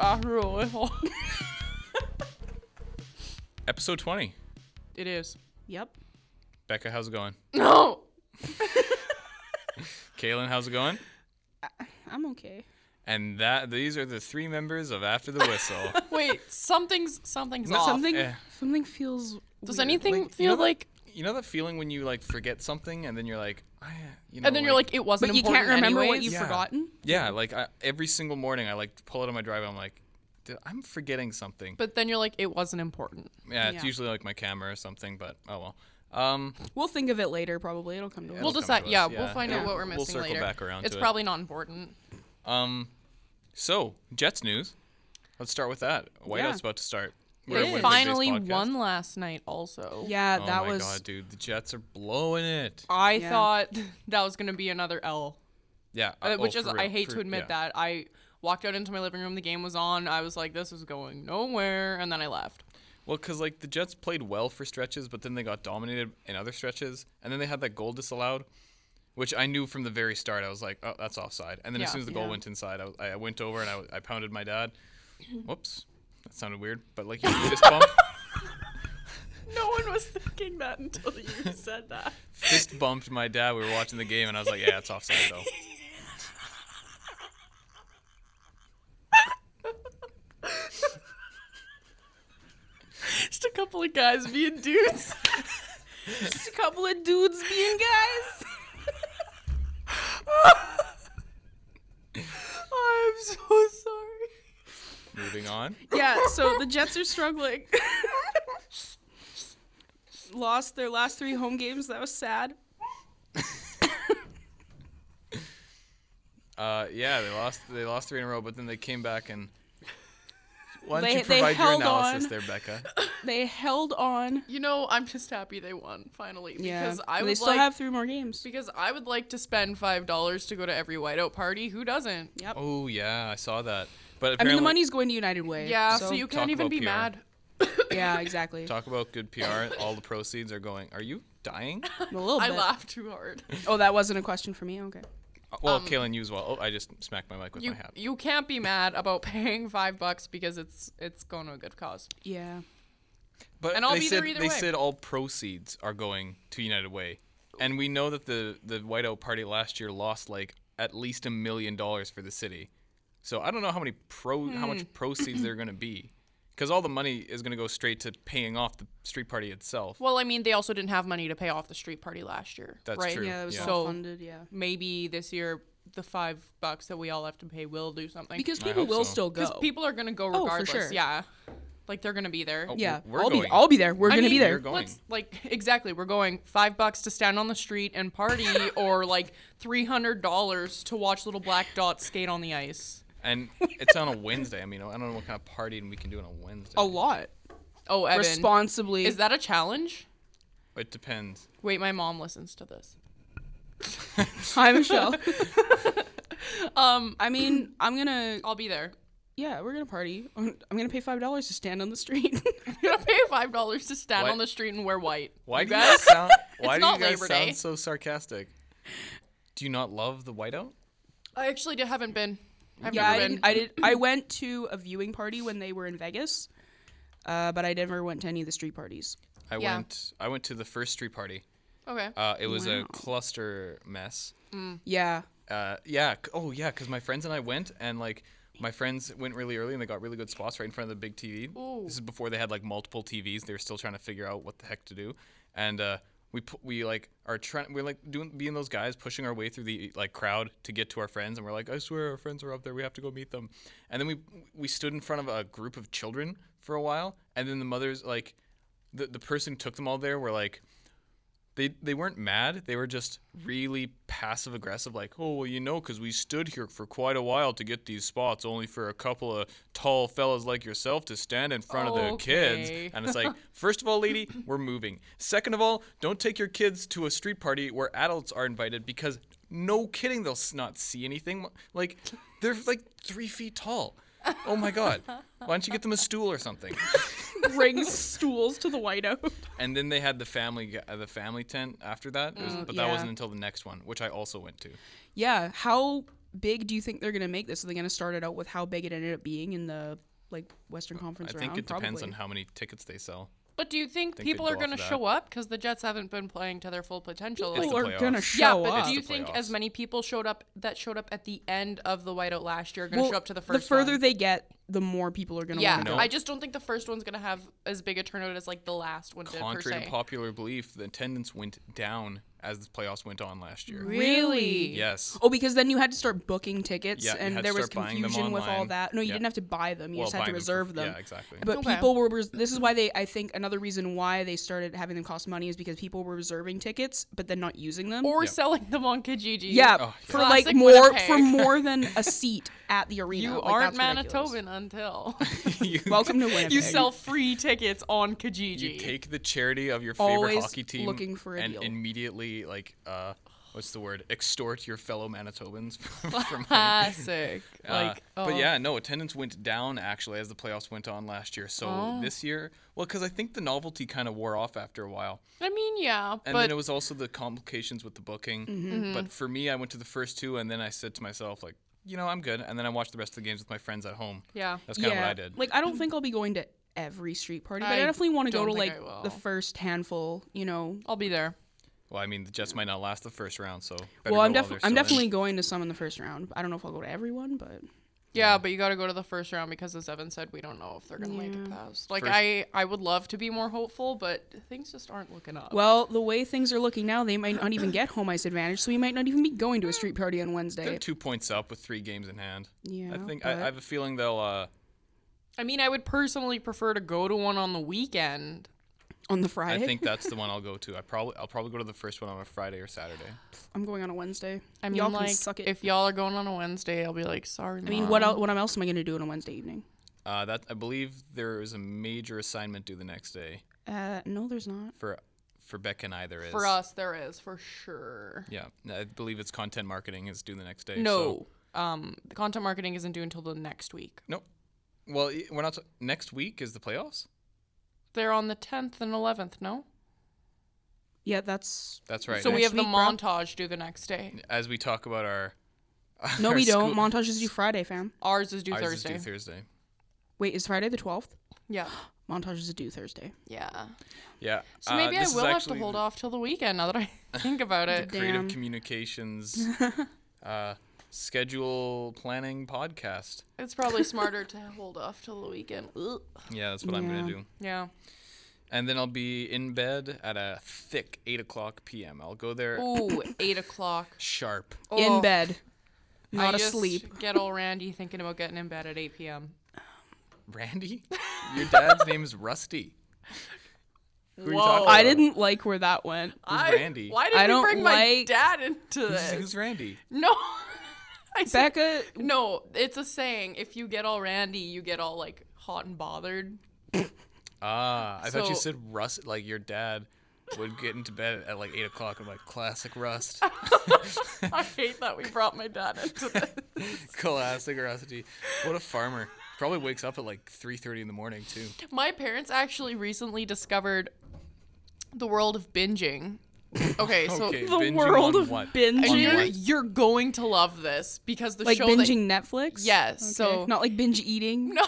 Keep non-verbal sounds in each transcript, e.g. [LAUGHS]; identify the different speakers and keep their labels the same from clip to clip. Speaker 1: after a little.
Speaker 2: Episode 20.
Speaker 1: [LAUGHS] it is.
Speaker 3: Yep.
Speaker 2: Becca, how's it going?
Speaker 1: No.
Speaker 2: Kaylin, how's it going?
Speaker 3: I'm okay.
Speaker 2: And that these are the three members of After the Whistle.
Speaker 1: [LAUGHS] [LAUGHS] Wait, something's something's off.
Speaker 3: Something
Speaker 2: eh.
Speaker 3: something feels
Speaker 1: Does
Speaker 3: weird.
Speaker 1: anything
Speaker 2: Like, you
Speaker 1: feel
Speaker 2: know that-
Speaker 1: like?
Speaker 2: you know that feeling when you like forget something and then you're like, I, you know,
Speaker 1: And then you're like, it wasn't.
Speaker 3: But you can't
Speaker 1: important
Speaker 3: remember what
Speaker 1: anyways.
Speaker 3: you've
Speaker 2: Yeah.
Speaker 3: forgotten?
Speaker 2: yeah, like I, every single morning I like pull out of my drive. I'm like, "Did- I'm forgetting something.
Speaker 1: But then you're like, it wasn't important.
Speaker 2: yeah, it's
Speaker 3: Yeah.
Speaker 2: usually like my camera or something. But oh well. Um,
Speaker 3: We'll think of it later probably. It'll come to us.
Speaker 1: We'll
Speaker 2: come
Speaker 1: decide.
Speaker 2: to us,
Speaker 1: Yeah,
Speaker 2: yeah.
Speaker 1: we'll find
Speaker 2: Yeah.
Speaker 1: out what we're
Speaker 2: We'll
Speaker 1: missing
Speaker 2: circle
Speaker 1: later.
Speaker 2: back around
Speaker 1: It's
Speaker 2: to it.
Speaker 1: probably not important.
Speaker 2: um, so Jets news. Let's start with that. Whiteout's
Speaker 3: Yeah.
Speaker 2: about to start. We're a
Speaker 1: They
Speaker 2: Winnipeg-based
Speaker 1: finally
Speaker 2: podcast.
Speaker 1: won last night. Also,
Speaker 3: yeah,
Speaker 2: Oh
Speaker 3: that
Speaker 2: my
Speaker 3: was
Speaker 2: god, dude, the Jets are blowing it.
Speaker 1: I
Speaker 3: Yeah.
Speaker 1: thought [LAUGHS] that was gonna be another L,
Speaker 2: Yeah,
Speaker 1: uh,
Speaker 2: oh,
Speaker 1: which is
Speaker 2: for real,
Speaker 1: I hate
Speaker 2: for-
Speaker 1: to admit
Speaker 2: yeah.
Speaker 1: that. I walked out into my living room. The game was on. I was like, this is going nowhere, and then I left.
Speaker 2: Well, because like the Jets played well for stretches, but then they got dominated in other stretches, and then they had that goal disallowed, which I knew from the very start. I was like, oh, that's offside. And then as
Speaker 1: Yeah.
Speaker 2: soon as the goal
Speaker 3: Yeah.
Speaker 2: went inside, I, was- I went over and I, w- I pounded my dad. [CLEARS THROAT] Whoops, that sounded weird, but
Speaker 3: [LAUGHS]
Speaker 2: like you fist bump,
Speaker 1: No one was thinking that until you [LAUGHS] said that.
Speaker 2: fist bumped my dad. We were watching the game, and I was like, yeah, it's offside though.
Speaker 1: Just a couple of guys being dudes.
Speaker 3: just a couple of dudes being guys.
Speaker 1: I'm so sorry.
Speaker 2: Moving on.
Speaker 3: [LAUGHS] yeah, so the Jets are struggling. [LAUGHS] Lost their last three home games. That was sad.
Speaker 2: Uh, yeah, they lost. They lost three in a row, but then they came back and. Why don't
Speaker 3: They-
Speaker 2: you
Speaker 3: they
Speaker 2: provide your
Speaker 3: held
Speaker 2: analysis
Speaker 3: on.
Speaker 2: there,
Speaker 3: [LAUGHS]
Speaker 2: Becca?
Speaker 3: They held on.
Speaker 1: You know, I'm just happy they won finally because I
Speaker 3: they
Speaker 1: would
Speaker 3: still
Speaker 1: like
Speaker 3: have three more games.
Speaker 1: because I would like to spend five dollars to go to every whiteout party. Who doesn't?
Speaker 3: Yep.
Speaker 2: Oh yeah, I saw that. But
Speaker 3: I
Speaker 2: apparently,
Speaker 3: mean, the money's going to United Way.
Speaker 1: Yeah, so,
Speaker 3: [LAUGHS]
Speaker 1: you
Speaker 2: Talk
Speaker 1: can't even
Speaker 2: about
Speaker 1: be
Speaker 2: PR.
Speaker 1: mad.
Speaker 3: yeah, exactly.
Speaker 2: Talk about good
Speaker 1: [LAUGHS]
Speaker 2: PR. All the proceeds are going. Are you dying? Uh,
Speaker 3: A little
Speaker 1: I
Speaker 3: bit.
Speaker 1: laughed too
Speaker 2: [LAUGHS]
Speaker 1: hard.
Speaker 3: Oh, that wasn't a question for me. Okay.
Speaker 2: Uh, Well, Kaylin, you as well. Oh, I just smacked my mic with
Speaker 1: Um, You
Speaker 2: my hat.
Speaker 1: you can't be mad about [LAUGHS] paying five bucks because it's it's going to a good cause.
Speaker 3: Yeah.
Speaker 2: But
Speaker 1: and I'll
Speaker 2: they
Speaker 1: be
Speaker 2: said
Speaker 1: there either
Speaker 2: they
Speaker 1: way.
Speaker 2: said all proceeds are going to United Way, and we know that the the whiteout party last year lost like at least a million dollars for the city. So I don't know how many pro how
Speaker 1: Hmm. [CLEARS THROAT]
Speaker 2: much proceeds they're going to be, because all the money is going to go straight to paying off the street party itself.
Speaker 1: Well, I mean, they also didn't have money to pay off the street party last year.
Speaker 2: That's
Speaker 1: right?
Speaker 2: true.
Speaker 3: Yeah, that was
Speaker 2: Yeah.
Speaker 3: all
Speaker 1: So-
Speaker 3: funded. Yeah.
Speaker 1: Maybe this year the five bucks that we all have to pay will do something
Speaker 3: Because
Speaker 2: I
Speaker 3: people
Speaker 2: hope
Speaker 3: will
Speaker 2: so.
Speaker 3: still go. Oh,
Speaker 1: Because people are gonna go
Speaker 3: for
Speaker 1: regardless.
Speaker 3: sure.
Speaker 1: Yeah, like they're gonna be there.
Speaker 2: Oh,
Speaker 3: yeah.
Speaker 2: we're
Speaker 3: I'll
Speaker 2: going.
Speaker 3: be. I'll be there. We're
Speaker 1: I
Speaker 3: gonna be
Speaker 1: mean,
Speaker 3: there.
Speaker 2: You're going.
Speaker 1: Let's, like [LAUGHS] exactly, we're going five bucks to stand on the street and
Speaker 2: [LAUGHS]
Speaker 1: party, or like three hundred dollars to watch little black dots skate on the ice. [LAUGHS]
Speaker 2: and it's on a Wednesday. I mean, I don't know what kind of partying we can do on a Wednesday.
Speaker 3: A lot.
Speaker 1: Oh, Evan,
Speaker 3: Responsibly.
Speaker 1: is that a challenge?
Speaker 2: It depends.
Speaker 1: Wait, my mom listens to this.
Speaker 3: Hi, Michelle. [LAUGHS] um, I mean, I'm gonna.
Speaker 1: I'll be there. [LAUGHS]
Speaker 3: Yeah, we're gonna party. I'm I'm gonna pay five dollars to stand on the street. [LAUGHS]
Speaker 1: I'm gonna pay five dollars to stand
Speaker 2: Why-
Speaker 1: on the street and wear white.
Speaker 2: Why
Speaker 1: You
Speaker 2: do you
Speaker 1: [LAUGHS]
Speaker 2: guys sound? Why do
Speaker 1: not
Speaker 2: you guys
Speaker 1: Labor
Speaker 2: sound
Speaker 1: Day.
Speaker 2: so sarcastic? Do you not love the whiteout?
Speaker 1: I actually did, haven't been. I've
Speaker 3: yeah, I
Speaker 1: never
Speaker 3: did
Speaker 1: been.
Speaker 3: I did. I went to a viewing party when they were in Vegas, uh, but I never went to any of the street parties.
Speaker 2: I
Speaker 1: Yeah.
Speaker 2: went. I went to the first street party.
Speaker 1: okay.
Speaker 2: Uh, it was a
Speaker 3: Wow.
Speaker 2: cluster mess.
Speaker 3: [LAUGHS] Yeah,
Speaker 2: Uh, yeah. c- Oh yeah. Because my friends and I went, and like my friends went really early, and they got really good spots right in front of the big TV. This is before they had like multiple TVs. They were still trying to figure out what the heck to do, and uh, we pu- we like are trying. We're like doing being those guys pushing our way through the like crowd to get to our friends, and we're like, I swear our friends are up there. We have to go meet them. And then we we stood in front of a group of children for a while, and then the mothers like the the person who took them all there were like they they weren't mad. They were just really passive aggressive, like, oh well, you know, because we stood here for quite a while to get these spots, only for a couple of tall fellas like yourself to stand in front of the
Speaker 1: Okay.
Speaker 2: kids. And it's like, first of all, lady, we're moving. Second of all, don't take your kids to a street party where adults are invited because no kidding, they'll s- not see anything. Like, they're like three feet tall. Oh my god, why don't you get them a stool or something?
Speaker 3: brings stools to the whiteout.
Speaker 2: And then they had the family g- uh, the family tent after that, It was- but that
Speaker 3: Mm, yeah.
Speaker 2: wasn't until the next one, which I also went to.
Speaker 3: Yeah, how big do you think they're going to make this? Are they going to start it out with how big it ended up being in the like Western Conference
Speaker 2: Uh, I
Speaker 3: round?
Speaker 2: think it depends
Speaker 3: Probably.
Speaker 2: on how many tickets they sell.
Speaker 1: But do you think,
Speaker 2: they'd
Speaker 1: people
Speaker 2: go
Speaker 1: are
Speaker 2: off
Speaker 1: going to
Speaker 2: of that.
Speaker 1: show up because the Jets haven't been playing to their full potential?
Speaker 2: It's
Speaker 1: Like,
Speaker 3: people
Speaker 2: the
Speaker 3: are going to
Speaker 2: playoffs.
Speaker 3: show
Speaker 1: yeah,
Speaker 3: up.
Speaker 1: but
Speaker 2: It's
Speaker 1: do
Speaker 2: the
Speaker 1: you think as
Speaker 2: playoffs.
Speaker 1: many people showed up that showed up at the end of the whiteout last year are going to
Speaker 3: Well,
Speaker 1: show up to the first?
Speaker 3: The further
Speaker 1: one?
Speaker 3: they get, the more people are going to
Speaker 1: yeah,
Speaker 3: want to
Speaker 2: No.
Speaker 3: go.
Speaker 1: I just don't think the first one's going to have as big a turnout as like the last one did per
Speaker 2: Contrary
Speaker 1: se.
Speaker 2: to popular belief, the attendance went down as the playoffs went on last year.
Speaker 1: Really?
Speaker 2: Yes.
Speaker 3: Oh, because then you had to start booking tickets,
Speaker 2: Yeah, you
Speaker 3: and
Speaker 2: had to
Speaker 3: there was
Speaker 2: start buying them
Speaker 3: confusion with all
Speaker 2: online.
Speaker 3: that. No, you
Speaker 2: Yeah.
Speaker 3: didn't have to buy them; you
Speaker 2: Well,
Speaker 3: just had to
Speaker 2: buying them for-
Speaker 3: reserve them.
Speaker 2: Yeah, exactly.
Speaker 3: But
Speaker 1: Okay.
Speaker 3: people were. Res- this is why they. I think another reason why they started having them cost money is because people were reserving tickets, but then not using them.
Speaker 1: Or selling them on Kijiji.
Speaker 3: yeah,
Speaker 2: Oh,
Speaker 3: for
Speaker 1: yeah.
Speaker 3: like
Speaker 1: Classic
Speaker 3: more for
Speaker 1: [LAUGHS] Winnipeg.
Speaker 3: more than a seat at the arena.
Speaker 1: You
Speaker 3: Like,
Speaker 1: aren't
Speaker 3: that's ridiculous.
Speaker 1: Manitoban until
Speaker 2: [LAUGHS]
Speaker 1: [LAUGHS]
Speaker 2: you,
Speaker 3: Welcome to Winnipeg.
Speaker 1: you sell free tickets on Kijiji. [LAUGHS]
Speaker 2: you take the charity of your favorite
Speaker 3: Always
Speaker 2: hockey team
Speaker 3: looking for a
Speaker 2: and
Speaker 3: deal.
Speaker 2: immediately like uh what's the word? Extort your fellow Manitobans [LAUGHS] from
Speaker 3: [LAUGHS]
Speaker 2: from money.
Speaker 1: classic.
Speaker 2: [LAUGHS] Uh,
Speaker 1: like, oh.
Speaker 2: But yeah, no, attendance went down actually as the playoffs went on last year. So
Speaker 1: Oh.
Speaker 2: this year, well, because I think the novelty kind of wore off after a while.
Speaker 1: I mean, yeah,
Speaker 2: And
Speaker 1: but Mm-hmm.
Speaker 2: then it was also the complications with the booking.
Speaker 3: Mm-hmm.
Speaker 2: But for me, I went to the first two and then I said to myself, like, you know, I'm good. And then I watched the rest of the games with my friends at home.
Speaker 1: yeah.
Speaker 2: That's kind of what I did.
Speaker 3: Like I don't think I'll be going to every street party, but I,
Speaker 1: I
Speaker 3: definitely want to go
Speaker 1: don't
Speaker 3: to
Speaker 1: think
Speaker 3: like
Speaker 1: I will.
Speaker 3: the first handful. You know.
Speaker 1: I'll be there.
Speaker 2: well, I mean, the Jets might not last the first round, so. better
Speaker 3: Well, I'm,
Speaker 2: go while
Speaker 3: def-
Speaker 2: they're
Speaker 3: I'm
Speaker 2: still in.
Speaker 3: definitely going to some in the first round. I don't know if I'll go to everyone, but
Speaker 1: Yeah, but you got to go to the first round because, as Evan said, we don't know if they're gonna make it past. Like,
Speaker 2: First-
Speaker 1: I, I would love to be more hopeful, but things just aren't looking up.
Speaker 3: well, the way things are looking now, they might not even get home ice advantage, so we might not even be going to a street party on
Speaker 2: They're
Speaker 3: Wednesday.
Speaker 2: two points up with three games in hand.
Speaker 3: Yeah,
Speaker 2: I think
Speaker 3: but-
Speaker 2: I, I have a feeling they'll. Uh,
Speaker 1: I mean, I would personally prefer to go to one on the weekend.
Speaker 3: on the
Speaker 2: I
Speaker 3: Friday, [LAUGHS]
Speaker 2: think that's the one I'll go to. I probably I'll probably go to the first one on a Friday or Saturday.
Speaker 3: I'm going on a Wednesday.
Speaker 1: I mean,
Speaker 3: y'all
Speaker 1: like,
Speaker 3: can suck it.
Speaker 1: if y'all are going on a Wednesday, I'll be like, sorry.
Speaker 3: I mean, what else? What else am I going to do on a Wednesday evening?
Speaker 2: Uh, that I believe there is a major assignment due the next day
Speaker 3: Uh, no, there's not.
Speaker 2: for for Beck and I. There is
Speaker 1: For us, there is for sure.
Speaker 2: Yeah, I believe it's content marketing is due the next day. So.
Speaker 1: No, um, the content marketing isn't due until the next week.
Speaker 2: No. Well, y- we're not. t- next week is the playoffs.
Speaker 1: They're on the tenth and eleventh. No,
Speaker 3: Yeah, that's
Speaker 2: That's right.
Speaker 1: so we
Speaker 3: Next
Speaker 1: have the
Speaker 3: week, bro.
Speaker 1: montage due the next day.
Speaker 2: as we talk about our. [LAUGHS]
Speaker 3: no,
Speaker 2: our
Speaker 3: we
Speaker 2: school-
Speaker 3: don't. Montages due Friday, fam.
Speaker 1: Ours is due
Speaker 2: ours is
Speaker 1: Thursday.
Speaker 2: due Thursday.
Speaker 3: Wait, is Friday the 12th?
Speaker 1: yeah,
Speaker 3: Montages due Thursday.
Speaker 1: [GASPS] yeah.
Speaker 2: Yeah.
Speaker 1: So
Speaker 2: uh,
Speaker 1: maybe I
Speaker 2: this is
Speaker 1: will have to
Speaker 2: actually
Speaker 1: hold off till the weekend. Now that I [LAUGHS] think about it,
Speaker 2: Creative
Speaker 3: Damn.
Speaker 1: [LAUGHS]
Speaker 2: Communications uh, schedule planning podcast.
Speaker 1: it's probably smarter to hold off till the weekend. Ugh.
Speaker 2: Yeah, that's what I'm gonna
Speaker 3: Yeah.
Speaker 2: do.
Speaker 1: Yeah.
Speaker 2: And then I'll be in bed at a thick eight o'clock p.m. I'll go there
Speaker 1: Ooh, eight o'clock.
Speaker 2: sharp.
Speaker 1: Oh,
Speaker 3: In bed,
Speaker 1: I
Speaker 3: [LAUGHS] not
Speaker 1: just
Speaker 3: asleep.
Speaker 1: Get old Randy thinking about getting in bed at eight p.m.
Speaker 2: [LAUGHS] Randy, your dad's name is Rusty. Who are you talking
Speaker 1: Whoa.
Speaker 2: about?
Speaker 3: I didn't like where that went.
Speaker 2: Who's
Speaker 1: Oh. I-
Speaker 2: Randy?
Speaker 1: Why did
Speaker 3: I
Speaker 1: we
Speaker 3: don't
Speaker 1: bring my
Speaker 3: like-
Speaker 1: dad into
Speaker 2: Who's,
Speaker 1: this?
Speaker 2: who's Randy?
Speaker 1: No. [LAUGHS] I said,
Speaker 3: Becca,
Speaker 1: no, it's a saying. If you get all randy, you get all like hot and bothered. [LAUGHS]
Speaker 2: Ah, I thought you
Speaker 1: So-
Speaker 2: said Rust, like your dad would get into bed at like 8 o'clock. I'm like, classic
Speaker 3: [LAUGHS]
Speaker 2: Rust.
Speaker 1: I hate that we brought my dad into this.
Speaker 2: classic Rusty. What a farmer. Probably wakes up at like 3.30 in the morning, too.
Speaker 1: My parents actually recently discovered the world of binging. Okay, so
Speaker 2: Okay,
Speaker 3: the
Speaker 2: binging
Speaker 3: world
Speaker 2: on
Speaker 3: of
Speaker 2: what?
Speaker 3: binging.
Speaker 2: On
Speaker 1: you're,
Speaker 2: what?
Speaker 1: you're going to love this because the
Speaker 3: like
Speaker 1: show that
Speaker 3: binging Netflix.
Speaker 1: Yes, so-
Speaker 3: not like binge
Speaker 1: [LAUGHS]
Speaker 3: eating.
Speaker 1: no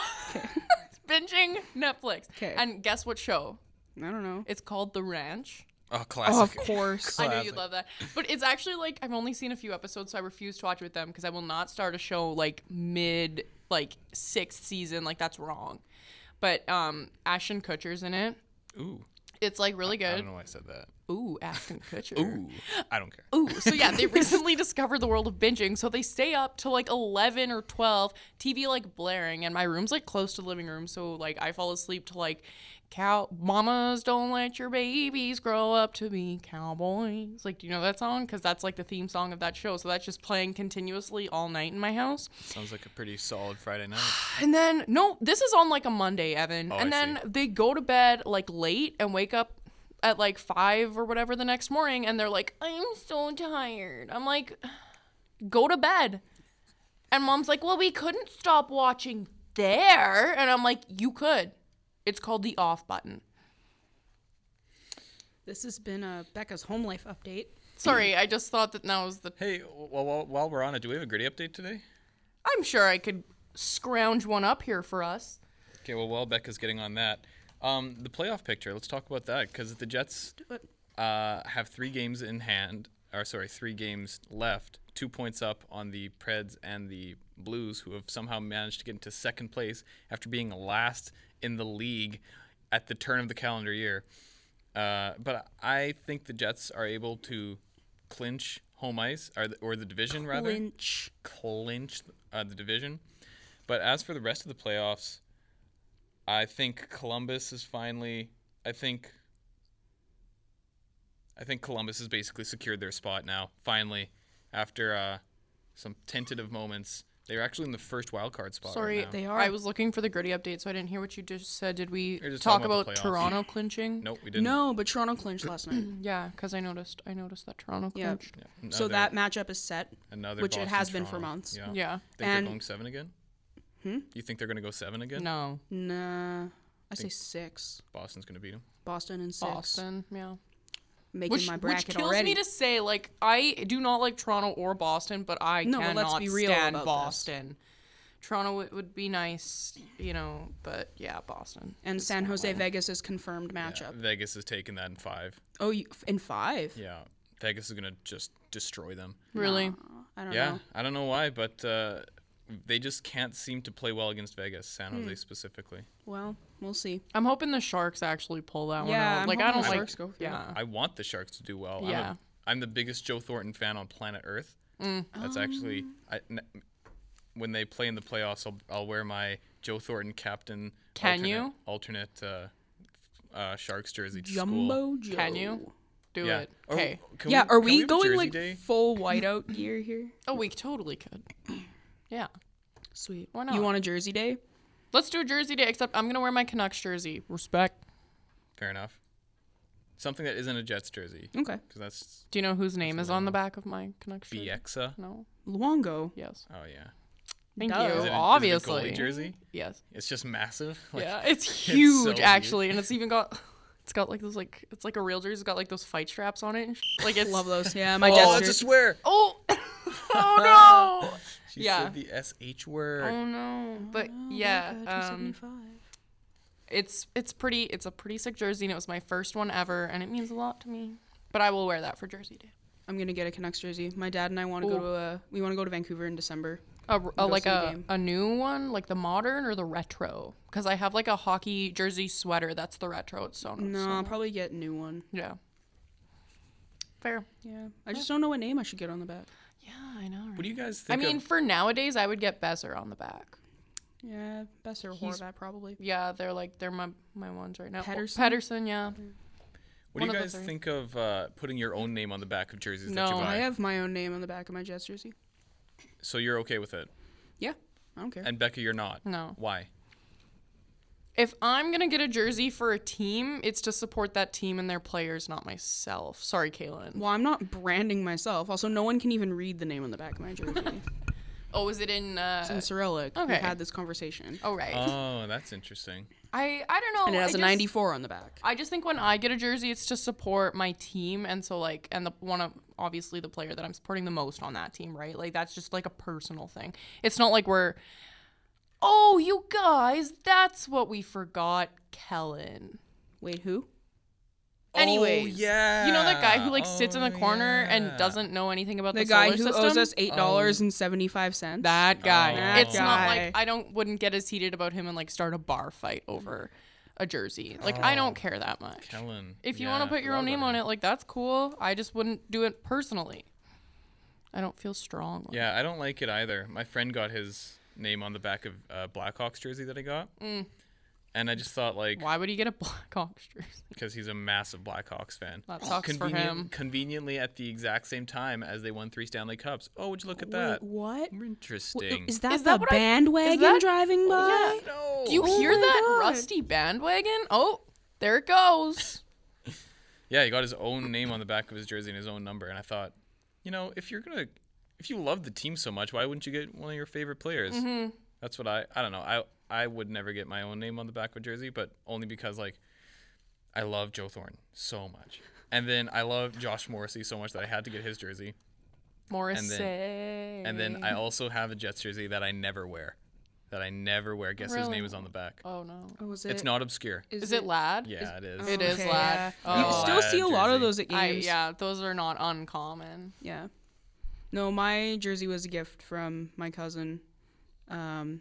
Speaker 1: binging Netflix.
Speaker 3: 'Kay.
Speaker 1: And guess what show?
Speaker 3: I don't know.
Speaker 1: It's called The Ranch.
Speaker 2: Oh,
Speaker 3: Oh, of
Speaker 2: classic.
Speaker 3: course.
Speaker 1: I knew
Speaker 2: Classic.
Speaker 1: you'd love that. But it's actually like I've only seen a few episodes, so I refuse to watch it with them because I will not start a show like mid like sixth season. Like that's wrong. But um Ashton Kutcher's in it.
Speaker 2: Ooh.
Speaker 1: It's like really
Speaker 2: I
Speaker 1: good.
Speaker 2: don't know why I said that.
Speaker 1: Ooh, Ashton Kutcher.
Speaker 2: Ooh. I don't care.
Speaker 1: Ooh, so yeah, they recently discovered the world of binging, so they stay up till like 11 or 12, TV like blaring, and my room's like close to the living room, so like I fall asleep to like cow mamas don't let your babies grow up to be cowboys. Like, do you know that song? Because that's like the theme song of that show, so that's just playing continuously all night in my house.
Speaker 2: Sounds like a pretty solid Friday night.
Speaker 1: And then no, this is on like a Monday, Evan. and
Speaker 2: Oh, I
Speaker 1: then they go to bed like late and wake up at like five or whatever the next morning, and they're like, "I'm so tired." I'm like, "Go to bed." And mom's like, "Well, we couldn't stop watching there," and I'm like, "You could." It's called the off button.
Speaker 3: This has been a Becca's uh, home life update.
Speaker 1: Sorry, I just thought that now was the.
Speaker 2: Hey, while, while, while we're on it, do we have a gritty update today?
Speaker 1: I'm sure I could scrounge one up here for us.
Speaker 2: Okay, well, while Becca's getting on that, um, the playoff picture, let's talk about that because the Jets uh, have three games in hand, or sorry, three games left, two points up on the Preds and the Blues, who have somehow managed to get into second place after being last in the league at the turn of the calendar year. Uh, but I think the Jets are able to clinch home ice, or the, or the division rather
Speaker 3: Lynch.
Speaker 2: clinch uh, the division. But as for the rest of the playoffs, I think Columbus is finally. I think. I think Columbus has basically secured their spot now. Finally, after uh, some tentative moments, they're actually in the first wild card spot.
Speaker 1: Sorry,
Speaker 2: right now.
Speaker 3: They are.
Speaker 1: I was looking for the gritty update, so I didn't hear what you just said. Did we
Speaker 2: We're just
Speaker 1: talk
Speaker 2: talking about the
Speaker 1: about
Speaker 2: playoffs.
Speaker 1: Toronto clinching?
Speaker 2: Nope, we didn't.
Speaker 3: no, but Toronto clinched
Speaker 1: [CLEARS THROAT]
Speaker 3: last night.
Speaker 1: Yeah, because I noticed. I noticed that Toronto
Speaker 3: Yeah.
Speaker 1: clinched.
Speaker 2: Another,
Speaker 3: so that matchup is set.
Speaker 2: another
Speaker 3: which it
Speaker 2: Boston,
Speaker 3: has been for
Speaker 2: Toronto.
Speaker 3: months.
Speaker 2: Yeah.
Speaker 1: Yeah.
Speaker 2: Think
Speaker 3: And-
Speaker 2: they're going seven again? Hmm? You think they're going to go seven again?
Speaker 1: No.
Speaker 3: Nah, I say six.
Speaker 2: Boston's going to beat them.
Speaker 3: Boston and six.
Speaker 1: Boston. Yeah.
Speaker 3: Making
Speaker 1: Which,
Speaker 3: my
Speaker 1: which
Speaker 3: bracket
Speaker 1: kills
Speaker 3: already.
Speaker 1: me to say, like, I do not like Toronto or Boston, but I
Speaker 3: No, but
Speaker 1: cannot
Speaker 3: let's be real
Speaker 1: stand
Speaker 3: about this.
Speaker 1: Boston. Toronto would- would be nice, you know, but yeah, Boston.
Speaker 3: and San Jose Vegas is confirmed matchup.
Speaker 2: Vegas is taking that in five.
Speaker 3: Oh, you, in five?
Speaker 2: Yeah. Vegas is going to just destroy them.
Speaker 1: Really?
Speaker 3: I don't
Speaker 2: Yeah,
Speaker 3: know.
Speaker 2: I don't know why, but uh, they just can't seem to play well against Vegas, San
Speaker 3: Hmm.
Speaker 2: Jose specifically.
Speaker 3: Well, we'll see.
Speaker 1: I'm hoping the Sharks actually pull that one
Speaker 3: Yeah,
Speaker 1: out.
Speaker 3: I'm
Speaker 1: like I
Speaker 3: hoping
Speaker 1: don't
Speaker 3: the
Speaker 1: like.
Speaker 3: Sharks go for
Speaker 1: yeah.
Speaker 2: I want the Sharks to do well. I'm,
Speaker 1: Yeah.
Speaker 2: a, I'm the biggest Joe Thornton fan on planet Earth.
Speaker 3: Mm.
Speaker 2: That's actually
Speaker 3: Oh.
Speaker 2: I n when they play in the playoffs, I'll, I'll wear my Joe Thornton captain.
Speaker 1: Can
Speaker 2: alternate,
Speaker 1: you?
Speaker 2: alternate uh, uh, Sharks jersey to school?
Speaker 3: Jumbo Joe.
Speaker 1: Can you do
Speaker 2: Yeah. Oh.
Speaker 1: it?
Speaker 2: Are we-
Speaker 1: Okay.
Speaker 2: can
Speaker 3: Yeah,
Speaker 2: we-
Speaker 3: are
Speaker 2: can we,
Speaker 3: we
Speaker 2: have
Speaker 3: going
Speaker 2: jersey
Speaker 3: like
Speaker 2: day?
Speaker 1: [LAUGHS]
Speaker 3: full whiteout gear here?
Speaker 1: Oh, we totally could. Yeah.
Speaker 3: Sweet.
Speaker 1: Why
Speaker 3: You
Speaker 1: not?
Speaker 3: want a jersey day?
Speaker 1: Let's do a jersey day. Except I'm gonna wear my Canucks jersey. Respect.
Speaker 2: Fair enough. Something that isn't a Jets jersey
Speaker 3: Okay.
Speaker 2: because that's
Speaker 1: Do you know whose name is on the back of my Canucks jersey?
Speaker 2: Biexa.
Speaker 1: No.
Speaker 3: Luongo.
Speaker 1: Yes.
Speaker 2: Oh yeah.
Speaker 1: Thank
Speaker 3: Duh.
Speaker 1: you.
Speaker 3: Is
Speaker 2: Is it a- is it a goalie
Speaker 1: Oh, Obviously.
Speaker 2: jersey.
Speaker 1: Yes.
Speaker 2: It's just massive. [LAUGHS] Like,
Speaker 1: yeah. It's
Speaker 2: so
Speaker 1: huge,
Speaker 2: huge.
Speaker 1: actually, and it's even got. It's got like those like it's like a real jersey. It's got like those fight straps on it. And sh- like it's
Speaker 3: Love those.
Speaker 1: [LAUGHS]
Speaker 3: Yeah, my dad's
Speaker 2: oh,
Speaker 3: jersey.
Speaker 2: swear.
Speaker 1: oh
Speaker 3: [LAUGHS]
Speaker 1: oh no
Speaker 2: She
Speaker 1: Yeah.
Speaker 2: said the SH word.
Speaker 1: oh no. But
Speaker 3: Oh,
Speaker 1: yeah. Um, it's it's pretty it's a pretty sick jersey and it was my first one ever and it means a lot to me but i will wear that for jersey day
Speaker 3: I'm gonna get a Canucks jersey. My dad and I want to go
Speaker 1: Ooh.
Speaker 3: to a. We want to go to Vancouver in December.
Speaker 1: a, a,
Speaker 3: Go
Speaker 1: like
Speaker 3: see the
Speaker 1: a,
Speaker 3: game.
Speaker 1: a new one like the modern or the retro because i have like a hockey jersey sweater that's the retro it's so
Speaker 3: No,
Speaker 1: Oh, so-
Speaker 3: I'll probably get a new one.
Speaker 1: yeah fair
Speaker 3: Yeah, I just don't know what name I should get on the back.
Speaker 1: yeah i know right?
Speaker 2: What do you guys
Speaker 1: i
Speaker 2: think?
Speaker 1: mean
Speaker 2: of,
Speaker 1: for nowadays i would get besser on the back
Speaker 3: Yeah, Besser
Speaker 1: He's-
Speaker 3: Horvat probably.
Speaker 1: yeah they're like they're my my ones right now
Speaker 3: Pedersen?
Speaker 1: Pedersen, yeah
Speaker 2: what do you
Speaker 1: one of the
Speaker 2: guys
Speaker 1: three.
Speaker 2: think of uh, putting your own name on the back of jerseys that you
Speaker 1: No,
Speaker 2: buy?
Speaker 3: I have my own name on the back of my Jets jersey.
Speaker 2: so you're okay with it,
Speaker 3: Yeah, I don't care.
Speaker 2: and Becca, you're not.
Speaker 1: No. [LAUGHS]
Speaker 2: Why?
Speaker 1: if I'm gonna get a jersey for a team, it's to support that team and their players, not myself. Sorry, Kaylin.
Speaker 3: Well, I'm not branding myself. Also, no one can even read the name on the back of my jersey.
Speaker 1: [LAUGHS] Oh, is it in? Uh,
Speaker 3: it's in Cyrillic.
Speaker 1: okay.
Speaker 3: We've had this conversation.
Speaker 1: oh, right.
Speaker 2: Oh, that's interesting.
Speaker 1: I I don't know.
Speaker 3: and it has
Speaker 1: I
Speaker 3: a
Speaker 1: just-
Speaker 3: 94 on the back.
Speaker 1: I just think when I get a jersey, it's to support my team, and so like, and the one of obviously the player that I'm supporting the most on that team, right? Like that's just like a personal thing. It's not like we're, oh, you guys, that's what we forgot, Kellen.
Speaker 3: Wait, who?
Speaker 1: Anyways,
Speaker 2: Oh, yeah.
Speaker 1: you know that guy who like sits in the
Speaker 2: Oh,
Speaker 1: corner
Speaker 2: yeah.
Speaker 1: and doesn't know anything about the,
Speaker 3: The guy
Speaker 1: solar
Speaker 3: who
Speaker 1: system?
Speaker 3: owes us eight dollars and seventy-five cents.
Speaker 1: That guy.
Speaker 2: Um, That
Speaker 1: it's not
Speaker 3: guy.
Speaker 1: like I don't wouldn't get as heated about him and like start a bar fight over a jersey. Like I don't care that much.
Speaker 2: Kellen.
Speaker 1: If you
Speaker 2: Yeah,
Speaker 1: want
Speaker 2: I
Speaker 1: to put your
Speaker 2: forgot
Speaker 1: own
Speaker 2: about
Speaker 1: name on
Speaker 2: him.
Speaker 1: it, like that's cool. I just wouldn't do it personally. I don't feel strong. like-
Speaker 2: Yeah, I don't like it either. My friend got his name on the back of uh, Blackhawks jersey that I got,
Speaker 1: Mm.
Speaker 2: and I just thought like,
Speaker 1: Why would he get a Blackhawks
Speaker 3: [LAUGHS]
Speaker 1: jersey?
Speaker 2: because he's a massive Blackhawks fan.
Speaker 1: That sucks for
Speaker 2: Convenient-
Speaker 1: him.
Speaker 2: Conveniently at the exact same time as they won three Stanley Cups. Oh, would you look at that?
Speaker 3: Wait, what?
Speaker 2: Interesting.
Speaker 3: Is that
Speaker 1: Is
Speaker 3: the
Speaker 1: that what I- is
Speaker 3: bandwagon
Speaker 1: that-
Speaker 3: driving by?
Speaker 2: no.
Speaker 1: Do you
Speaker 3: Oh
Speaker 1: hear
Speaker 3: my
Speaker 1: that
Speaker 3: God.
Speaker 1: rusty bandwagon? Oh, there it
Speaker 2: [LAUGHS]
Speaker 1: goes.
Speaker 2: yeah, he got his own name on the back of his jersey and his own number, and I thought, you know, if you're gonna, if you love the team so much, why wouldn't you get one of your favorite players?
Speaker 1: Mm-hmm.
Speaker 2: That's what I. I don't know. I I would never get my own name on the back of a jersey, but only because like, I love Joe Thornton so much. And then I love Josh Morrissey so much that I had to get his jersey.
Speaker 1: Morrissey.
Speaker 2: And then
Speaker 1: Mm.
Speaker 2: I also have a Jets jersey that I never wear. That I never wear. Guess his
Speaker 1: Really?
Speaker 2: name is on the back.
Speaker 1: oh no.
Speaker 3: Oh, is it?
Speaker 2: It's not obscure.
Speaker 1: Is it Lad?
Speaker 2: Yeah, it is.
Speaker 1: It is oh,
Speaker 3: Okay,
Speaker 1: Lad.
Speaker 3: Yeah. You
Speaker 1: Oh.
Speaker 3: still see a lot of
Speaker 2: Jersey.
Speaker 3: those at games.
Speaker 1: I, yeah, those are not uncommon.
Speaker 3: Yeah. No, my jersey was a gift from my cousin. Um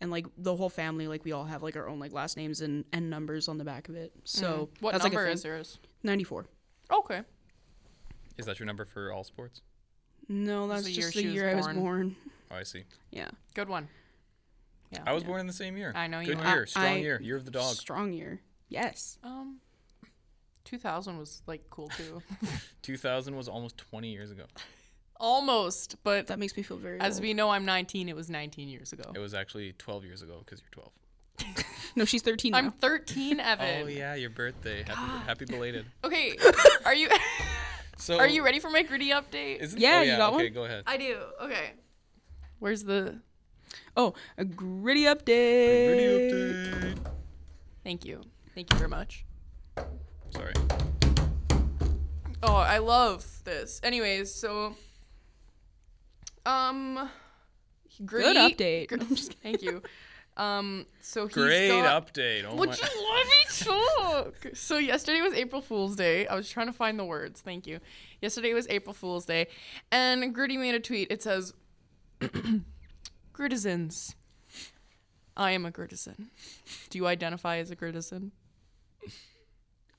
Speaker 3: and like the whole family, like we all have like our own like last names and, and numbers on the back of it. So
Speaker 1: Hmm. What
Speaker 3: that's
Speaker 1: number
Speaker 3: like a
Speaker 1: is yours?
Speaker 3: Ninety four.
Speaker 1: Okay.
Speaker 2: Is that your number for all sports?
Speaker 3: No, that's
Speaker 1: the year
Speaker 3: just
Speaker 1: she
Speaker 3: the
Speaker 1: was
Speaker 3: year I was
Speaker 1: born.
Speaker 3: born. [LAUGHS]
Speaker 2: Oh, I see.
Speaker 3: Yeah.
Speaker 1: Good one. Yeah.
Speaker 2: I was born in the same year.
Speaker 1: I know you
Speaker 2: Good
Speaker 1: were.
Speaker 2: year,
Speaker 3: I-
Speaker 2: strong
Speaker 3: I-
Speaker 2: year, year of the dog.
Speaker 3: Strong year. Yes.
Speaker 1: um 2000 was like cool too. [LAUGHS]
Speaker 2: 2000 was almost 20 years ago.
Speaker 1: Almost, but
Speaker 3: That makes me feel very
Speaker 1: as
Speaker 3: old.
Speaker 1: we know I'm 19, it was 19 years ago.
Speaker 2: It was actually 12 years ago because you're 12.
Speaker 3: No, she's thirteen now.
Speaker 1: I'm 13, Evan.
Speaker 2: Oh yeah, your birthday.
Speaker 1: [GASPS]
Speaker 2: Happy, happy belated. [LAUGHS]
Speaker 1: Okay. Are you [LAUGHS]
Speaker 2: So
Speaker 1: Are you ready for my gritty update?
Speaker 2: Is it,
Speaker 3: Yeah,
Speaker 2: oh,
Speaker 3: you
Speaker 2: yeah
Speaker 3: got
Speaker 2: okay,
Speaker 3: one?
Speaker 2: go ahead.
Speaker 1: I do. Okay. Where's the
Speaker 3: Oh, a gritty update.
Speaker 2: Gritty update.
Speaker 1: Thank you. Thank you very much.
Speaker 2: Sorry.
Speaker 1: Oh, I love this. Anyways, so um gritty
Speaker 3: update.
Speaker 1: gr- [LAUGHS]
Speaker 3: I'm just kidding.
Speaker 1: thank you. Um so he's
Speaker 2: Great
Speaker 1: got,
Speaker 2: update. Oh
Speaker 1: Would
Speaker 2: my.
Speaker 1: you [LAUGHS] let me talk? So yesterday was April Fool's Day. I was trying to find the words. Thank you. Yesterday was April Fool's Day, and Gritty made a tweet. It says, [CLEARS THROAT] "Gritizens, I am a gritizen. Do you identify as a gritizen?"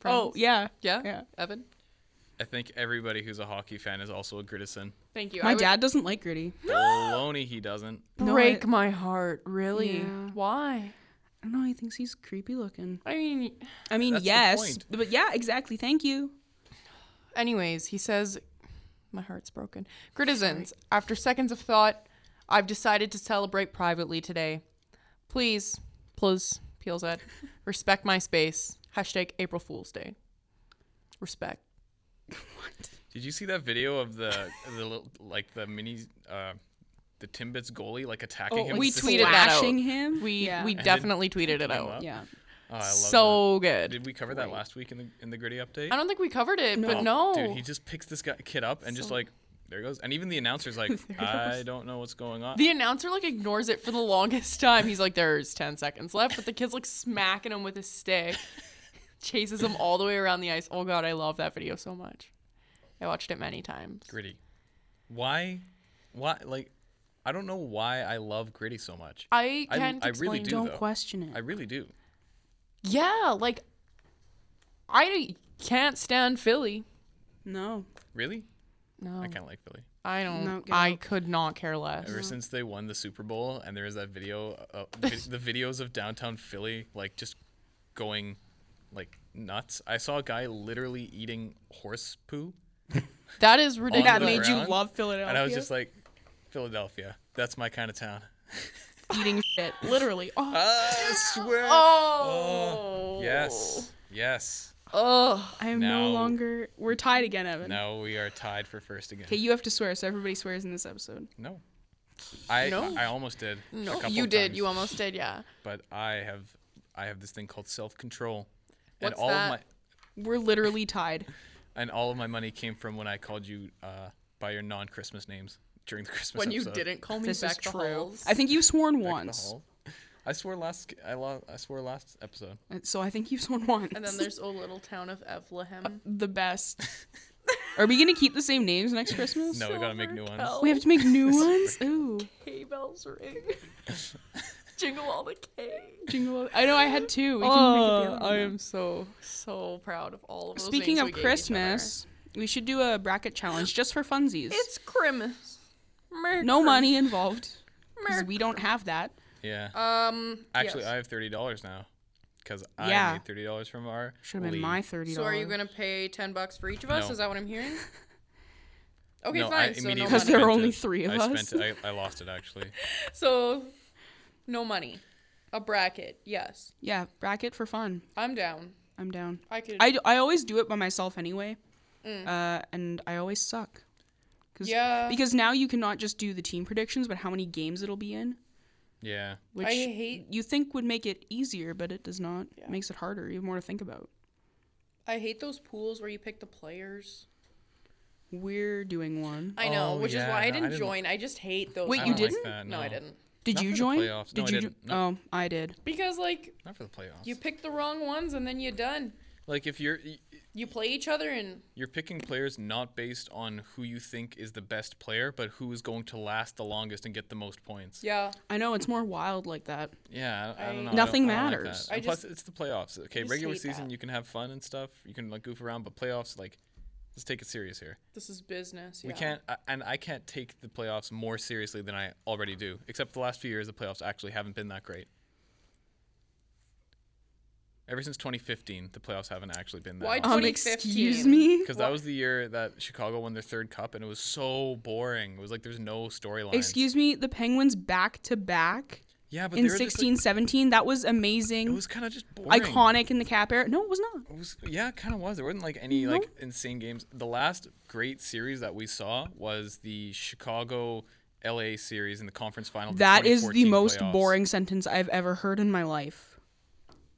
Speaker 3: Oh, yeah.
Speaker 1: yeah,
Speaker 3: yeah.
Speaker 1: Evan.
Speaker 2: I think everybody who's a hockey fan is also
Speaker 1: [GASPS]
Speaker 2: a Grittison.
Speaker 1: Thank you. I
Speaker 3: My
Speaker 1: would-
Speaker 3: dad doesn't like gritty.
Speaker 2: Baloney, he doesn't.
Speaker 3: No,
Speaker 1: break
Speaker 3: I-
Speaker 1: my heart. Really?
Speaker 3: Yeah.
Speaker 1: Why?
Speaker 3: I don't know, he thinks he's creepy looking.
Speaker 1: I mean,
Speaker 3: I mean,
Speaker 2: That's the
Speaker 3: yes.
Speaker 2: point.
Speaker 3: But yeah, exactly. Thank you.
Speaker 1: Anyways, he says, My heart's broken. Gritizens, after seconds of thought, I've decided to celebrate privately today. Please, please,
Speaker 3: [LAUGHS]
Speaker 1: PLZ, respect my space. Hashtag April Fool's Day. Respect.
Speaker 2: Did you see that video of the the little, like the mini uh the Timbits goalie like attacking him?
Speaker 1: like Oh, we
Speaker 2: with the
Speaker 1: tweeted that out.
Speaker 3: slashing him.
Speaker 1: We
Speaker 3: yeah.
Speaker 1: we
Speaker 2: did
Speaker 1: definitely tweeted it
Speaker 2: came
Speaker 1: out.
Speaker 2: up?
Speaker 3: yeah.
Speaker 2: Oh, I love
Speaker 1: so
Speaker 2: that.
Speaker 1: good.
Speaker 2: Did we cover that last week in the in the gritty update?
Speaker 1: I don't think we covered it,
Speaker 3: No.
Speaker 1: but no.
Speaker 2: Dude, he just picks this guy kid up and just like there he goes. And even the
Speaker 1: [LAUGHS]
Speaker 2: announcer's like, I don't know what's going on.
Speaker 1: the announcer like ignores it for the longest [LAUGHS] time. He's like, "There's ten seconds left," but the kid's like smacking him with his stick, [LAUGHS] chases him all the way around the ice. Oh god, I love that video so much. I watched it many times.
Speaker 2: gritty. Why? Why? Like, I don't know why I love gritty so much.
Speaker 1: I
Speaker 2: I-
Speaker 1: can't
Speaker 2: I
Speaker 1: explain.
Speaker 2: really do.
Speaker 3: Don't
Speaker 2: though.
Speaker 3: question it.
Speaker 2: I really do.
Speaker 1: Yeah, like I can't stand Philly.
Speaker 3: no.
Speaker 2: Really?
Speaker 1: No, I,
Speaker 2: I kind of like Philly.
Speaker 1: don't.
Speaker 3: No, get
Speaker 1: I
Speaker 3: out.
Speaker 1: could not care less.
Speaker 2: Ever since they won the Super Bowl, and there is that video, uh,
Speaker 1: [LAUGHS]
Speaker 2: vi- the videos of downtown Philly, like just going, like nuts. I saw a guy literally eating horse poo,
Speaker 1: That is
Speaker 2: That
Speaker 1: ridiculous.
Speaker 3: That
Speaker 2: the
Speaker 3: made
Speaker 2: ground,
Speaker 3: you love Philadelphia.
Speaker 2: and I was just like, Philadelphia, that's my kind of town. [LAUGHS]
Speaker 3: eating shit. Literally. Oh,
Speaker 2: I swear.
Speaker 1: oh.
Speaker 2: Yes. Yes.
Speaker 1: Ugh.
Speaker 3: I am
Speaker 2: no.
Speaker 3: no longer. We're tied again, Evan.
Speaker 2: Now we are tied for first again.
Speaker 3: Okay, you have to swear, so everybody swears in this episode.
Speaker 2: No. I
Speaker 1: No.
Speaker 2: I almost did. a
Speaker 1: No,
Speaker 2: couple
Speaker 1: you did.
Speaker 2: times,
Speaker 1: You almost did.
Speaker 2: [LAUGHS]
Speaker 1: Yeah.
Speaker 2: But I have I have this thing called self control. and
Speaker 1: What's
Speaker 2: all of
Speaker 1: that?
Speaker 3: We're literally [LAUGHS] tied.
Speaker 2: my and all of my money came from when I called you uh, by your non Christmas names during the Christmas
Speaker 1: When you
Speaker 2: episode.
Speaker 1: didn't call me
Speaker 3: This is
Speaker 1: back the
Speaker 3: true.
Speaker 1: halls.
Speaker 3: I think you've sworn
Speaker 2: Back in the
Speaker 3: once.
Speaker 2: hall. I swore last I lo- I swore last episode.
Speaker 3: Uh, So I think you've sworn [LAUGHS] once.
Speaker 1: And then there's a little town of [LAUGHS] Evleham.
Speaker 3: the [LAUGHS] best. Are we gonna keep the same names next Christmas?
Speaker 2: No, we gotta make new ones.
Speaker 3: We have to
Speaker 2: [LAUGHS]
Speaker 3: make new ones. Ooh,
Speaker 1: K bells ring. [LAUGHS] Jingle all the K.
Speaker 3: jingle! I know I had two. We can make it the other
Speaker 1: I
Speaker 3: one.
Speaker 1: am so so proud of all of those.
Speaker 3: Oh, Speaking
Speaker 1: names
Speaker 3: of
Speaker 1: we gave each
Speaker 3: Christmas, we should do a bracket challenge just for funsies.
Speaker 1: other. it's Christmas. Merry
Speaker 3: no
Speaker 1: Christmas.
Speaker 3: money involved because
Speaker 1: Merry
Speaker 3: we don't have that.
Speaker 2: Yeah.
Speaker 1: Um.
Speaker 2: Actually,
Speaker 1: yes.
Speaker 2: I have thirty dollars now because I
Speaker 3: Yeah.
Speaker 2: made thirty dollars from our.
Speaker 3: Should have been
Speaker 2: league.
Speaker 3: my thirty.
Speaker 1: So are you gonna pay ten bucks for each of us?
Speaker 2: No.
Speaker 1: Is that what I'm
Speaker 3: [LAUGHS]
Speaker 1: hearing? Okay,
Speaker 2: No, I
Speaker 1: fine. So no
Speaker 2: immediately
Speaker 1: money.
Speaker 3: Because there are
Speaker 2: spent
Speaker 3: only
Speaker 2: it.
Speaker 3: three of
Speaker 2: I
Speaker 3: us.
Speaker 2: Spent it. I, I lost it actually.
Speaker 1: so no money. A bracket. Yes,
Speaker 3: Yeah, bracket for fun.
Speaker 1: I'm down.
Speaker 3: I'm down.
Speaker 1: I could.
Speaker 3: I, d- I always do it by myself anyway, uh, and I always suck. 'Cause-
Speaker 1: Mm. Yeah.
Speaker 3: Because now you cannot just do the team predictions, but how many games it'll be in,
Speaker 2: Yeah.
Speaker 3: which
Speaker 1: hate-
Speaker 3: you think would make it easier, but it does not.
Speaker 1: Yeah.
Speaker 3: It makes it harder. You have more to think about.
Speaker 1: I hate those pools where you pick the players.
Speaker 3: We're doing one.
Speaker 1: I know,
Speaker 2: Oh,
Speaker 1: which is
Speaker 2: yeah,
Speaker 1: why I
Speaker 2: no, I
Speaker 1: didn't
Speaker 2: didn't-
Speaker 1: join. I just hate those.
Speaker 3: Wait,
Speaker 2: I
Speaker 3: you
Speaker 2: don't like
Speaker 3: didn't?
Speaker 2: that,
Speaker 1: no, I
Speaker 2: no.
Speaker 1: didn't.
Speaker 3: Did
Speaker 2: Not
Speaker 3: you
Speaker 2: for the
Speaker 3: join?
Speaker 2: playoffs. No,
Speaker 3: Did
Speaker 2: I
Speaker 3: you?
Speaker 2: didn't.
Speaker 3: jo- Oh, I did.
Speaker 1: Because like
Speaker 2: Not for the playoffs.
Speaker 1: you pick the wrong ones and then you're done.
Speaker 2: like if you're
Speaker 1: You play each other and
Speaker 2: you're picking players not based on who you think is the best player, but who is going to last the longest and get the most points.
Speaker 1: yeah.
Speaker 3: I know it's more wild like that.
Speaker 2: Yeah, I, I don't know. I
Speaker 3: Nothing
Speaker 2: don't- I don't like
Speaker 3: matters.
Speaker 2: that.
Speaker 1: I
Speaker 2: And
Speaker 1: just-
Speaker 2: plus, it's the playoffs. Okay,
Speaker 1: just
Speaker 2: regular
Speaker 1: hate
Speaker 2: season
Speaker 1: that.
Speaker 2: you can have fun and stuff. You can like goof around, but playoffs like. Let's take it serious here.
Speaker 1: This is business.
Speaker 2: We
Speaker 1: yeah.
Speaker 2: can't, I- and I can't take the playoffs more seriously than I already do. Except the last few years, the playoffs actually haven't been that great. Ever since 2015, the playoffs haven't actually been that.
Speaker 1: Why
Speaker 2: awesome.
Speaker 3: Um,
Speaker 1: 2015.
Speaker 3: excuse me.
Speaker 2: Because that was the year that Chicago won their third cup, and it was so boring. It was like there's no storyline.
Speaker 3: Excuse me. The Penguins back to back
Speaker 2: Yeah, but
Speaker 3: in
Speaker 2: they were just, like-
Speaker 3: 1617. That was amazing.
Speaker 2: it was kind of just boring.
Speaker 3: iconic in the cap era. No, it was not.
Speaker 2: It was, yeah, it kind of was. There wasn't like any like insane games. The last great series that we saw was the Chicago LA series in the conference final. of the
Speaker 3: That is the
Speaker 2: 2014
Speaker 3: most
Speaker 2: playoffs.
Speaker 3: boring sentence I've ever heard in my life.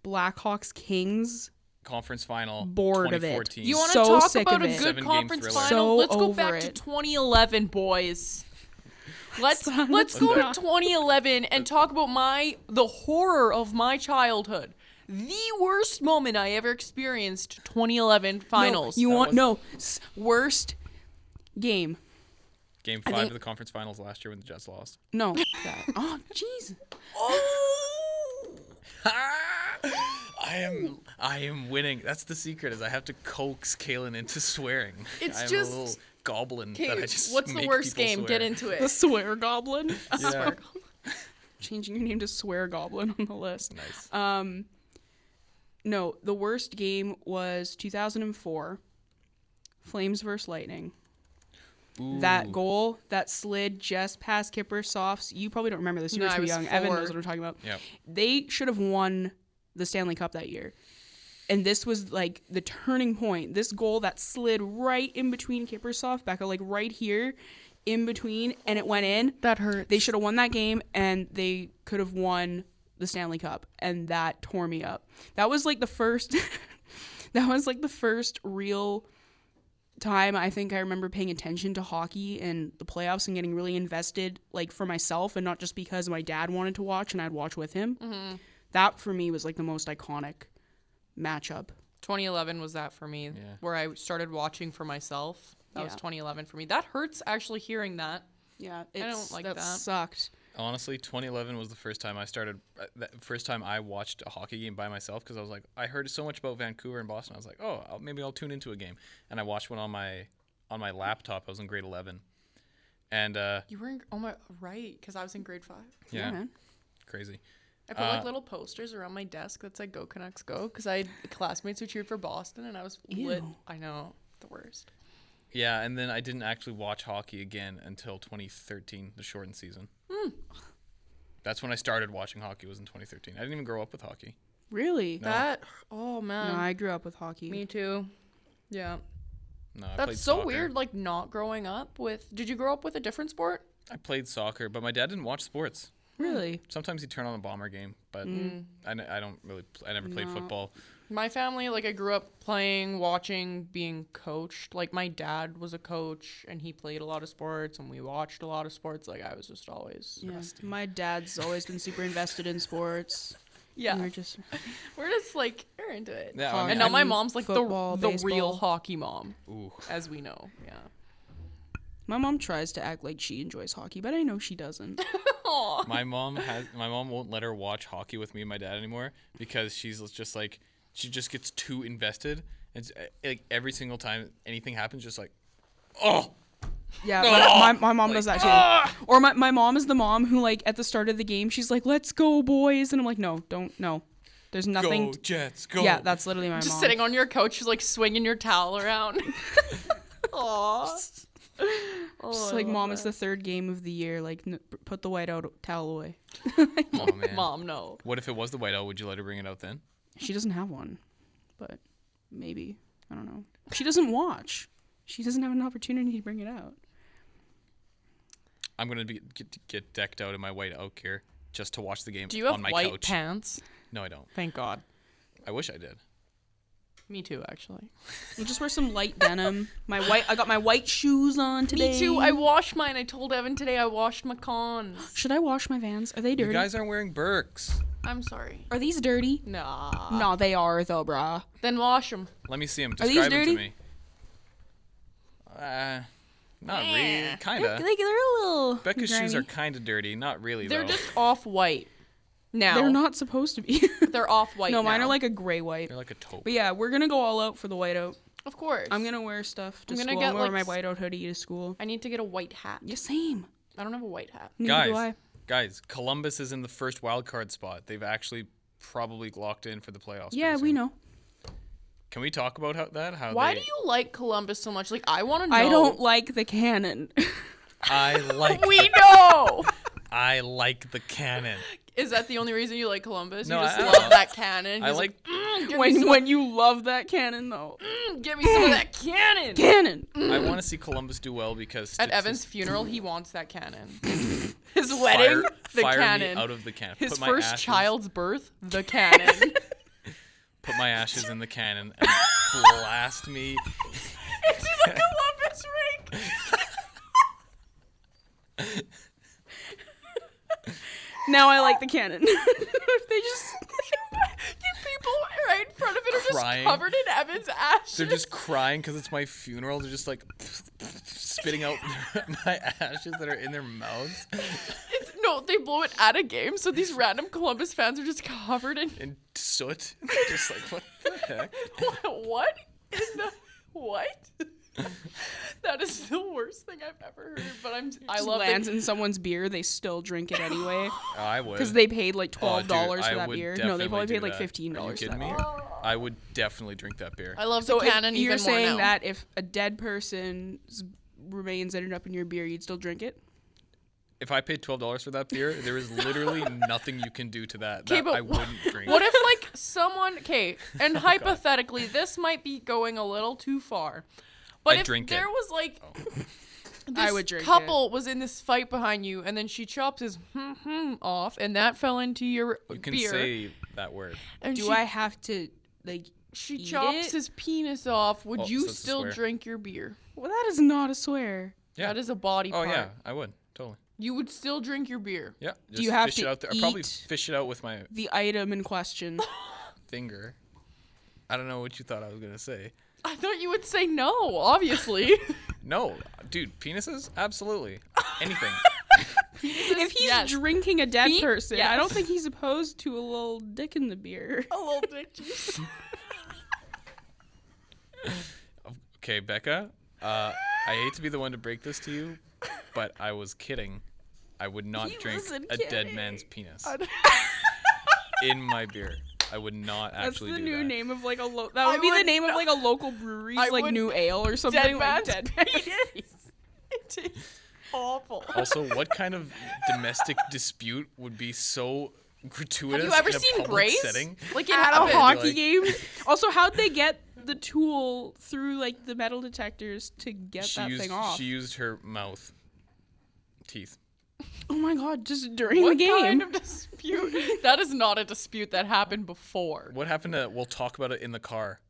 Speaker 3: Blackhawks Kings.
Speaker 2: conference final.
Speaker 3: Bored of it.
Speaker 2: 2014.
Speaker 1: You want to
Speaker 3: So
Speaker 1: talk
Speaker 3: sick
Speaker 1: about
Speaker 3: of
Speaker 1: a
Speaker 3: it.
Speaker 1: good
Speaker 2: Seven-game
Speaker 1: conference
Speaker 2: thriller.
Speaker 1: final?
Speaker 3: So
Speaker 1: let's go back
Speaker 3: over
Speaker 1: to
Speaker 3: it.
Speaker 1: 2011, boys.
Speaker 3: [LAUGHS]
Speaker 1: Let's
Speaker 3: Stop.
Speaker 1: let's go to
Speaker 3: Stop.
Speaker 1: 2011 and talk about my the horror of my childhood. The worst moment I ever experienced 2011 finals.
Speaker 3: No, you
Speaker 2: That
Speaker 3: want
Speaker 2: was-
Speaker 3: no s- worst game.
Speaker 2: Game five
Speaker 3: think-
Speaker 2: of the conference finals last year when the Jets lost.
Speaker 3: No. [LAUGHS] that. Oh, jeez. [LAUGHS]
Speaker 2: [LAUGHS] I am I am winning. That's the secret is I have to coax Kalen into swearing.
Speaker 1: It's
Speaker 2: I'm
Speaker 1: just-
Speaker 2: a little goblin
Speaker 1: Okay,
Speaker 2: that I just
Speaker 1: what's the
Speaker 2: make
Speaker 1: worst
Speaker 2: people
Speaker 1: game?
Speaker 2: swear.
Speaker 1: Get into
Speaker 3: The
Speaker 1: it.
Speaker 3: Swear Goblin.
Speaker 2: Yeah.
Speaker 3: [LAUGHS] Changing your name to Swear Goblin on the list.
Speaker 2: Nice.
Speaker 3: Um, no, the worst game was 2004, Flames versus Lightning. That
Speaker 2: Ooh.
Speaker 3: goal that slid just past Kipper Softs. You probably don't remember this. You
Speaker 1: No,
Speaker 3: were
Speaker 1: I
Speaker 3: too
Speaker 1: was
Speaker 3: young. Evan
Speaker 1: four.
Speaker 3: knows what I'm talking about.
Speaker 2: Yep.
Speaker 3: They should have won the Stanley Cup that year. And this was like the turning point. This goal that slid right in between Kippersoft, Becca, like right here in between, and it went in.
Speaker 1: That hurt.
Speaker 3: They should have won that game and they could have won the Stanley Cup and that tore me up. That was like the first [LAUGHS] that was like the first real time I think I remember paying attention to hockey and the playoffs and getting really invested like for myself and not just because my dad wanted to watch and I'd watch with him. That for me was like the most iconic matchup.
Speaker 1: 2011 was that for me, where I started watching for myself. That was
Speaker 3: Yeah.
Speaker 1: 2011 for me. That hurts actually hearing that.
Speaker 3: Yeah,
Speaker 1: don't it's- like that that.
Speaker 3: sucked.
Speaker 2: Honestly, 2011 was the first time I started. uh, That first time I watched a hockey game by myself because I was like, I heard so much about Vancouver and Boston. I was like, oh, I'll, maybe I'll tune into a game. And I watched one on my on my laptop. I was in grade 11, and uh,
Speaker 1: You were in, oh my right because I was in grade five.
Speaker 2: yeah,
Speaker 3: man.
Speaker 2: crazy.
Speaker 1: I put like
Speaker 2: Uh,
Speaker 1: little posters around my desk that said "Go Canucks, go" because I had classmates who cheered for Boston, and I was lit.
Speaker 3: Ew.
Speaker 1: I know the worst.
Speaker 2: Yeah, and then I didn't actually watch hockey again until 2013, the shortened season.
Speaker 1: Hmm.
Speaker 2: That's when I started watching hockey. Was in 2013. I didn't even grow up with hockey.
Speaker 3: Really? No,
Speaker 1: That oh man,
Speaker 3: I grew up with hockey.
Speaker 1: me too. Yeah,
Speaker 2: No, I played
Speaker 1: that's so
Speaker 2: soccer.
Speaker 1: weird. Like not growing up with. Did you grow up with a different sport?
Speaker 2: I played soccer, but my dad didn't watch sports.
Speaker 3: Really?
Speaker 2: Sometimes you turn on the bomber game, but I n- I don't really. pl- I never played football.
Speaker 1: My family, like I grew up playing, watching, being coached. Like my dad was a coach, and he played a lot of sports, and we watched a lot of sports. Like I was just always
Speaker 3: Yeah. My dad's always been super invested in sports.
Speaker 1: yeah.
Speaker 3: We're just
Speaker 1: We're just like we're into it.
Speaker 2: Yeah, I mean,
Speaker 1: and now
Speaker 2: I
Speaker 1: my
Speaker 3: mean,
Speaker 1: mom's like
Speaker 3: football,
Speaker 1: the the real
Speaker 3: baseball.
Speaker 1: hockey mom,
Speaker 2: [LAUGHS] Ooh,
Speaker 1: as we know.
Speaker 3: [LAUGHS]
Speaker 1: Yeah.
Speaker 3: My mom tries to act like she enjoys hockey, but I know she doesn't.
Speaker 2: my mom has. My mom won't let her watch hockey with me and my dad anymore because she's just like she just gets too invested. It's uh, like every single time anything happens, just like, oh,
Speaker 3: Yeah, my, my, my mom does that too. Or my, my mom is the mom who like at the start of the game she's like, "Let's go, boys," and I'm like, "No, don't, no. There's nothing."
Speaker 2: go Jets, go.
Speaker 3: Yeah, that's literally my
Speaker 1: Just
Speaker 3: mom.
Speaker 1: sitting on your couch, she's like swinging your towel
Speaker 3: [LAUGHS]
Speaker 1: around. Aww.
Speaker 3: Just
Speaker 1: Oh,
Speaker 3: like, mom, it's the third game of the year. Like, n- put the white out towel away.
Speaker 2: oh, man.
Speaker 1: mom. No.
Speaker 2: What if it was the white owl? Would you let her bring it out then?
Speaker 3: She doesn't have one, but maybe I don't know. She doesn't watch. She doesn't have an opportunity to bring it out.
Speaker 2: I'm gonna be get, get decked out in my white owl gear just to watch the game
Speaker 1: Do you have
Speaker 2: on my
Speaker 1: white
Speaker 2: couch.
Speaker 1: pants?
Speaker 2: no, I don't.
Speaker 1: Thank God.
Speaker 2: I wish I did.
Speaker 1: Me too, actually.
Speaker 3: You just wear some light denim. My white, I got my white shoes on today.
Speaker 1: Me too. I washed mine. I told Evan today I washed my cons.
Speaker 3: should I wash my Vans? Are they dirty?
Speaker 2: You guys aren't wearing Birks.
Speaker 1: I'm sorry.
Speaker 3: are these dirty?
Speaker 1: Nah.
Speaker 3: no, they are though, bruh.
Speaker 1: Then wash them.
Speaker 2: Let me see them.
Speaker 3: these
Speaker 2: Describe them
Speaker 3: dirty?
Speaker 2: to me. Uh, not really. Kinda.
Speaker 3: Like they're a little.
Speaker 2: Becca's shoes
Speaker 3: grimy.
Speaker 2: are kinda dirty. Not really
Speaker 1: They're
Speaker 2: though.
Speaker 1: just off white. Now
Speaker 3: They're not supposed to be.
Speaker 1: [LAUGHS] They're off white.
Speaker 3: no, mine
Speaker 1: now.
Speaker 3: are like a gray white.
Speaker 2: They're like a taupe.
Speaker 3: But yeah, we're gonna go all out for the white out.
Speaker 1: Of course.
Speaker 3: I'm gonna wear stuff to
Speaker 1: I'm gonna
Speaker 3: school.
Speaker 1: get,
Speaker 3: I'm gonna wear
Speaker 1: like,
Speaker 3: my
Speaker 1: s-
Speaker 3: white out hoodie to school.
Speaker 1: I need to get a white hat.
Speaker 3: Yeah, same.
Speaker 1: I don't have a white hat.
Speaker 3: Neither do I.
Speaker 2: guys, guys, Columbus is in the first wild card spot. They've actually probably locked in for the playoffs.
Speaker 3: Yeah,
Speaker 2: pretty
Speaker 3: we
Speaker 2: soon.
Speaker 3: know.
Speaker 2: Can we talk about how that? How
Speaker 1: Why
Speaker 2: they-
Speaker 1: do you like Columbus so much? Like I want to know.
Speaker 3: I don't like
Speaker 1: [LAUGHS]
Speaker 3: the cannon.
Speaker 2: I like
Speaker 1: We know.
Speaker 2: [LAUGHS] I like the
Speaker 1: [LAUGHS]
Speaker 2: cannon.
Speaker 1: Is that the only reason you like Columbus?
Speaker 2: No,
Speaker 1: you just
Speaker 2: I- I
Speaker 1: love
Speaker 2: [LAUGHS] don't.
Speaker 1: that cannon.
Speaker 2: I
Speaker 1: He's
Speaker 2: like
Speaker 1: "Mm, give, me
Speaker 3: when
Speaker 1: some,
Speaker 3: when you love that cannon though.
Speaker 1: mm, give me some of that cannon.
Speaker 3: Cannon.
Speaker 2: I want to see Columbus do well because
Speaker 1: At
Speaker 2: stati-
Speaker 1: Evan's funeral, he wants that
Speaker 2: [LAUGHS]
Speaker 1: cannon. His
Speaker 2: fire,
Speaker 1: wedding, [LAUGHS] the
Speaker 2: fire
Speaker 1: cannon.
Speaker 2: me out of the cannon.
Speaker 1: His
Speaker 2: put my
Speaker 1: first
Speaker 2: ashes,
Speaker 1: child's birth,
Speaker 2: [LAUGHS]
Speaker 1: the cannon.
Speaker 2: Put
Speaker 1: [LAUGHS]
Speaker 2: my ashes in the cannon and blast me.
Speaker 1: Into the Columbus [LAUGHS] rink.
Speaker 3: Now I like the cannon. [LAUGHS] they just
Speaker 1: People right in front of it are just
Speaker 2: Crying.
Speaker 1: covered in Evan's ashes.
Speaker 2: They're just crying because it's my funeral. They're just like spitting out [LAUGHS] my ashes that are in their mouths
Speaker 1: It's, no, they blow it at a game, so these random Columbus fans are just covered in
Speaker 2: and soot. [LAUGHS] Just like what the heck?
Speaker 1: [LAUGHS] what? In the, what? [LAUGHS] that is the worst thing I've ever heard. But I'm I love
Speaker 3: lands
Speaker 1: that.
Speaker 3: in someone's beer. They still drink
Speaker 1: [GASPS]
Speaker 3: it anyway
Speaker 2: Oh, I would.
Speaker 3: because they paid like
Speaker 2: Oh,
Speaker 3: twelve
Speaker 2: dude,
Speaker 3: dollars
Speaker 2: I
Speaker 3: for that
Speaker 2: would
Speaker 3: beer. No, they
Speaker 2: definitely
Speaker 3: probably
Speaker 2: do
Speaker 3: paid like
Speaker 2: that.
Speaker 3: fifteen
Speaker 2: Are you
Speaker 3: dollars.
Speaker 2: kidding me? I would definitely drink that beer.
Speaker 1: I love
Speaker 3: So
Speaker 1: the
Speaker 3: if
Speaker 1: cannon
Speaker 3: you're
Speaker 1: even more
Speaker 3: saying
Speaker 1: now.
Speaker 3: that if a dead person's remains ended up in your beer, you'd still drink it?
Speaker 2: If I paid twelve dollars for that beer, there is
Speaker 3: [LAUGHS]
Speaker 2: literally nothing you can do to that.
Speaker 1: Okay,
Speaker 2: that
Speaker 1: but
Speaker 2: I
Speaker 1: wha-
Speaker 2: wouldn't drink.
Speaker 1: What if like someone okay, and hypothetically this might be going a little too far. But
Speaker 2: I'd
Speaker 1: if
Speaker 2: drink it. Oh.
Speaker 1: there was like this
Speaker 3: I would drink
Speaker 1: couple was in this fight behind you and then she chops his hmm hmm off and that fell into your
Speaker 2: you can
Speaker 1: beer.
Speaker 2: say that word?
Speaker 1: and
Speaker 3: Do
Speaker 1: she,
Speaker 3: I have to like?
Speaker 1: she
Speaker 3: eat
Speaker 1: chops
Speaker 3: it?
Speaker 1: his penis off, would
Speaker 2: Oh, so
Speaker 1: you
Speaker 2: it's a
Speaker 1: still
Speaker 2: swear.
Speaker 1: drink your beer?
Speaker 3: Well, that is not a swear.
Speaker 2: Yeah.
Speaker 1: That is a body
Speaker 2: oh
Speaker 1: part.
Speaker 2: yeah, I would totally.
Speaker 1: You would still drink your beer. [LAUGHS]
Speaker 2: Yeah. Just
Speaker 3: you have
Speaker 2: fish
Speaker 3: to
Speaker 2: it out there. I probably
Speaker 3: eat-
Speaker 2: fish it out with my
Speaker 3: The item in
Speaker 1: [LAUGHS]
Speaker 3: question.
Speaker 2: finger. I don't know what you thought I was gonna say.
Speaker 1: I thought you would say no,
Speaker 3: [LAUGHS]
Speaker 1: obviously.
Speaker 2: No, dude, penises? Absolutely.
Speaker 3: [LAUGHS]
Speaker 2: Anything.
Speaker 3: if he's
Speaker 1: Yes.
Speaker 3: drinking a dead
Speaker 1: Feet?
Speaker 3: person, I don't
Speaker 1: Yes.
Speaker 3: think he's opposed to a little dick in the beer.
Speaker 1: a little dick juice.
Speaker 2: okay, Becca. Uh, I hate to be the one to break this to you, but I was kidding. I would not
Speaker 3: He
Speaker 2: drink
Speaker 3: wasn't
Speaker 2: a dead
Speaker 3: kidding.
Speaker 2: man's penis [LAUGHS] in my beer. I would not [LAUGHS]
Speaker 3: That's
Speaker 2: actually
Speaker 3: the
Speaker 2: do
Speaker 3: new
Speaker 2: that.
Speaker 3: name of like a lo- that
Speaker 1: I
Speaker 3: would be the
Speaker 1: would
Speaker 3: name of
Speaker 1: not- [LAUGHS]
Speaker 3: like a local brewery's
Speaker 1: I
Speaker 3: like
Speaker 1: would-
Speaker 3: new ale or something
Speaker 1: Dead
Speaker 3: like
Speaker 1: man's [LAUGHS]
Speaker 3: dead. [LAUGHS]
Speaker 1: penis. It tastes awful.
Speaker 2: Also, what kind of domestic dispute would be so gratuitous?
Speaker 1: Have you ever
Speaker 2: in a
Speaker 1: seen
Speaker 2: public
Speaker 1: Grace?
Speaker 2: Setting?
Speaker 1: Like it
Speaker 3: At a
Speaker 1: happened.
Speaker 3: hockey
Speaker 2: like-
Speaker 3: game. Also, how'd they get the tool through like the metal detectors to get
Speaker 2: She
Speaker 3: that
Speaker 2: used
Speaker 3: thing off?
Speaker 2: she used her mouth, teeth.
Speaker 3: oh my god! Just during the
Speaker 1: What
Speaker 3: game.
Speaker 1: kind [LAUGHS]
Speaker 3: [LAUGHS]
Speaker 1: of dispute? that is not a dispute that happened before.
Speaker 2: What happened to? We'll talk about it in the car. [LAUGHS]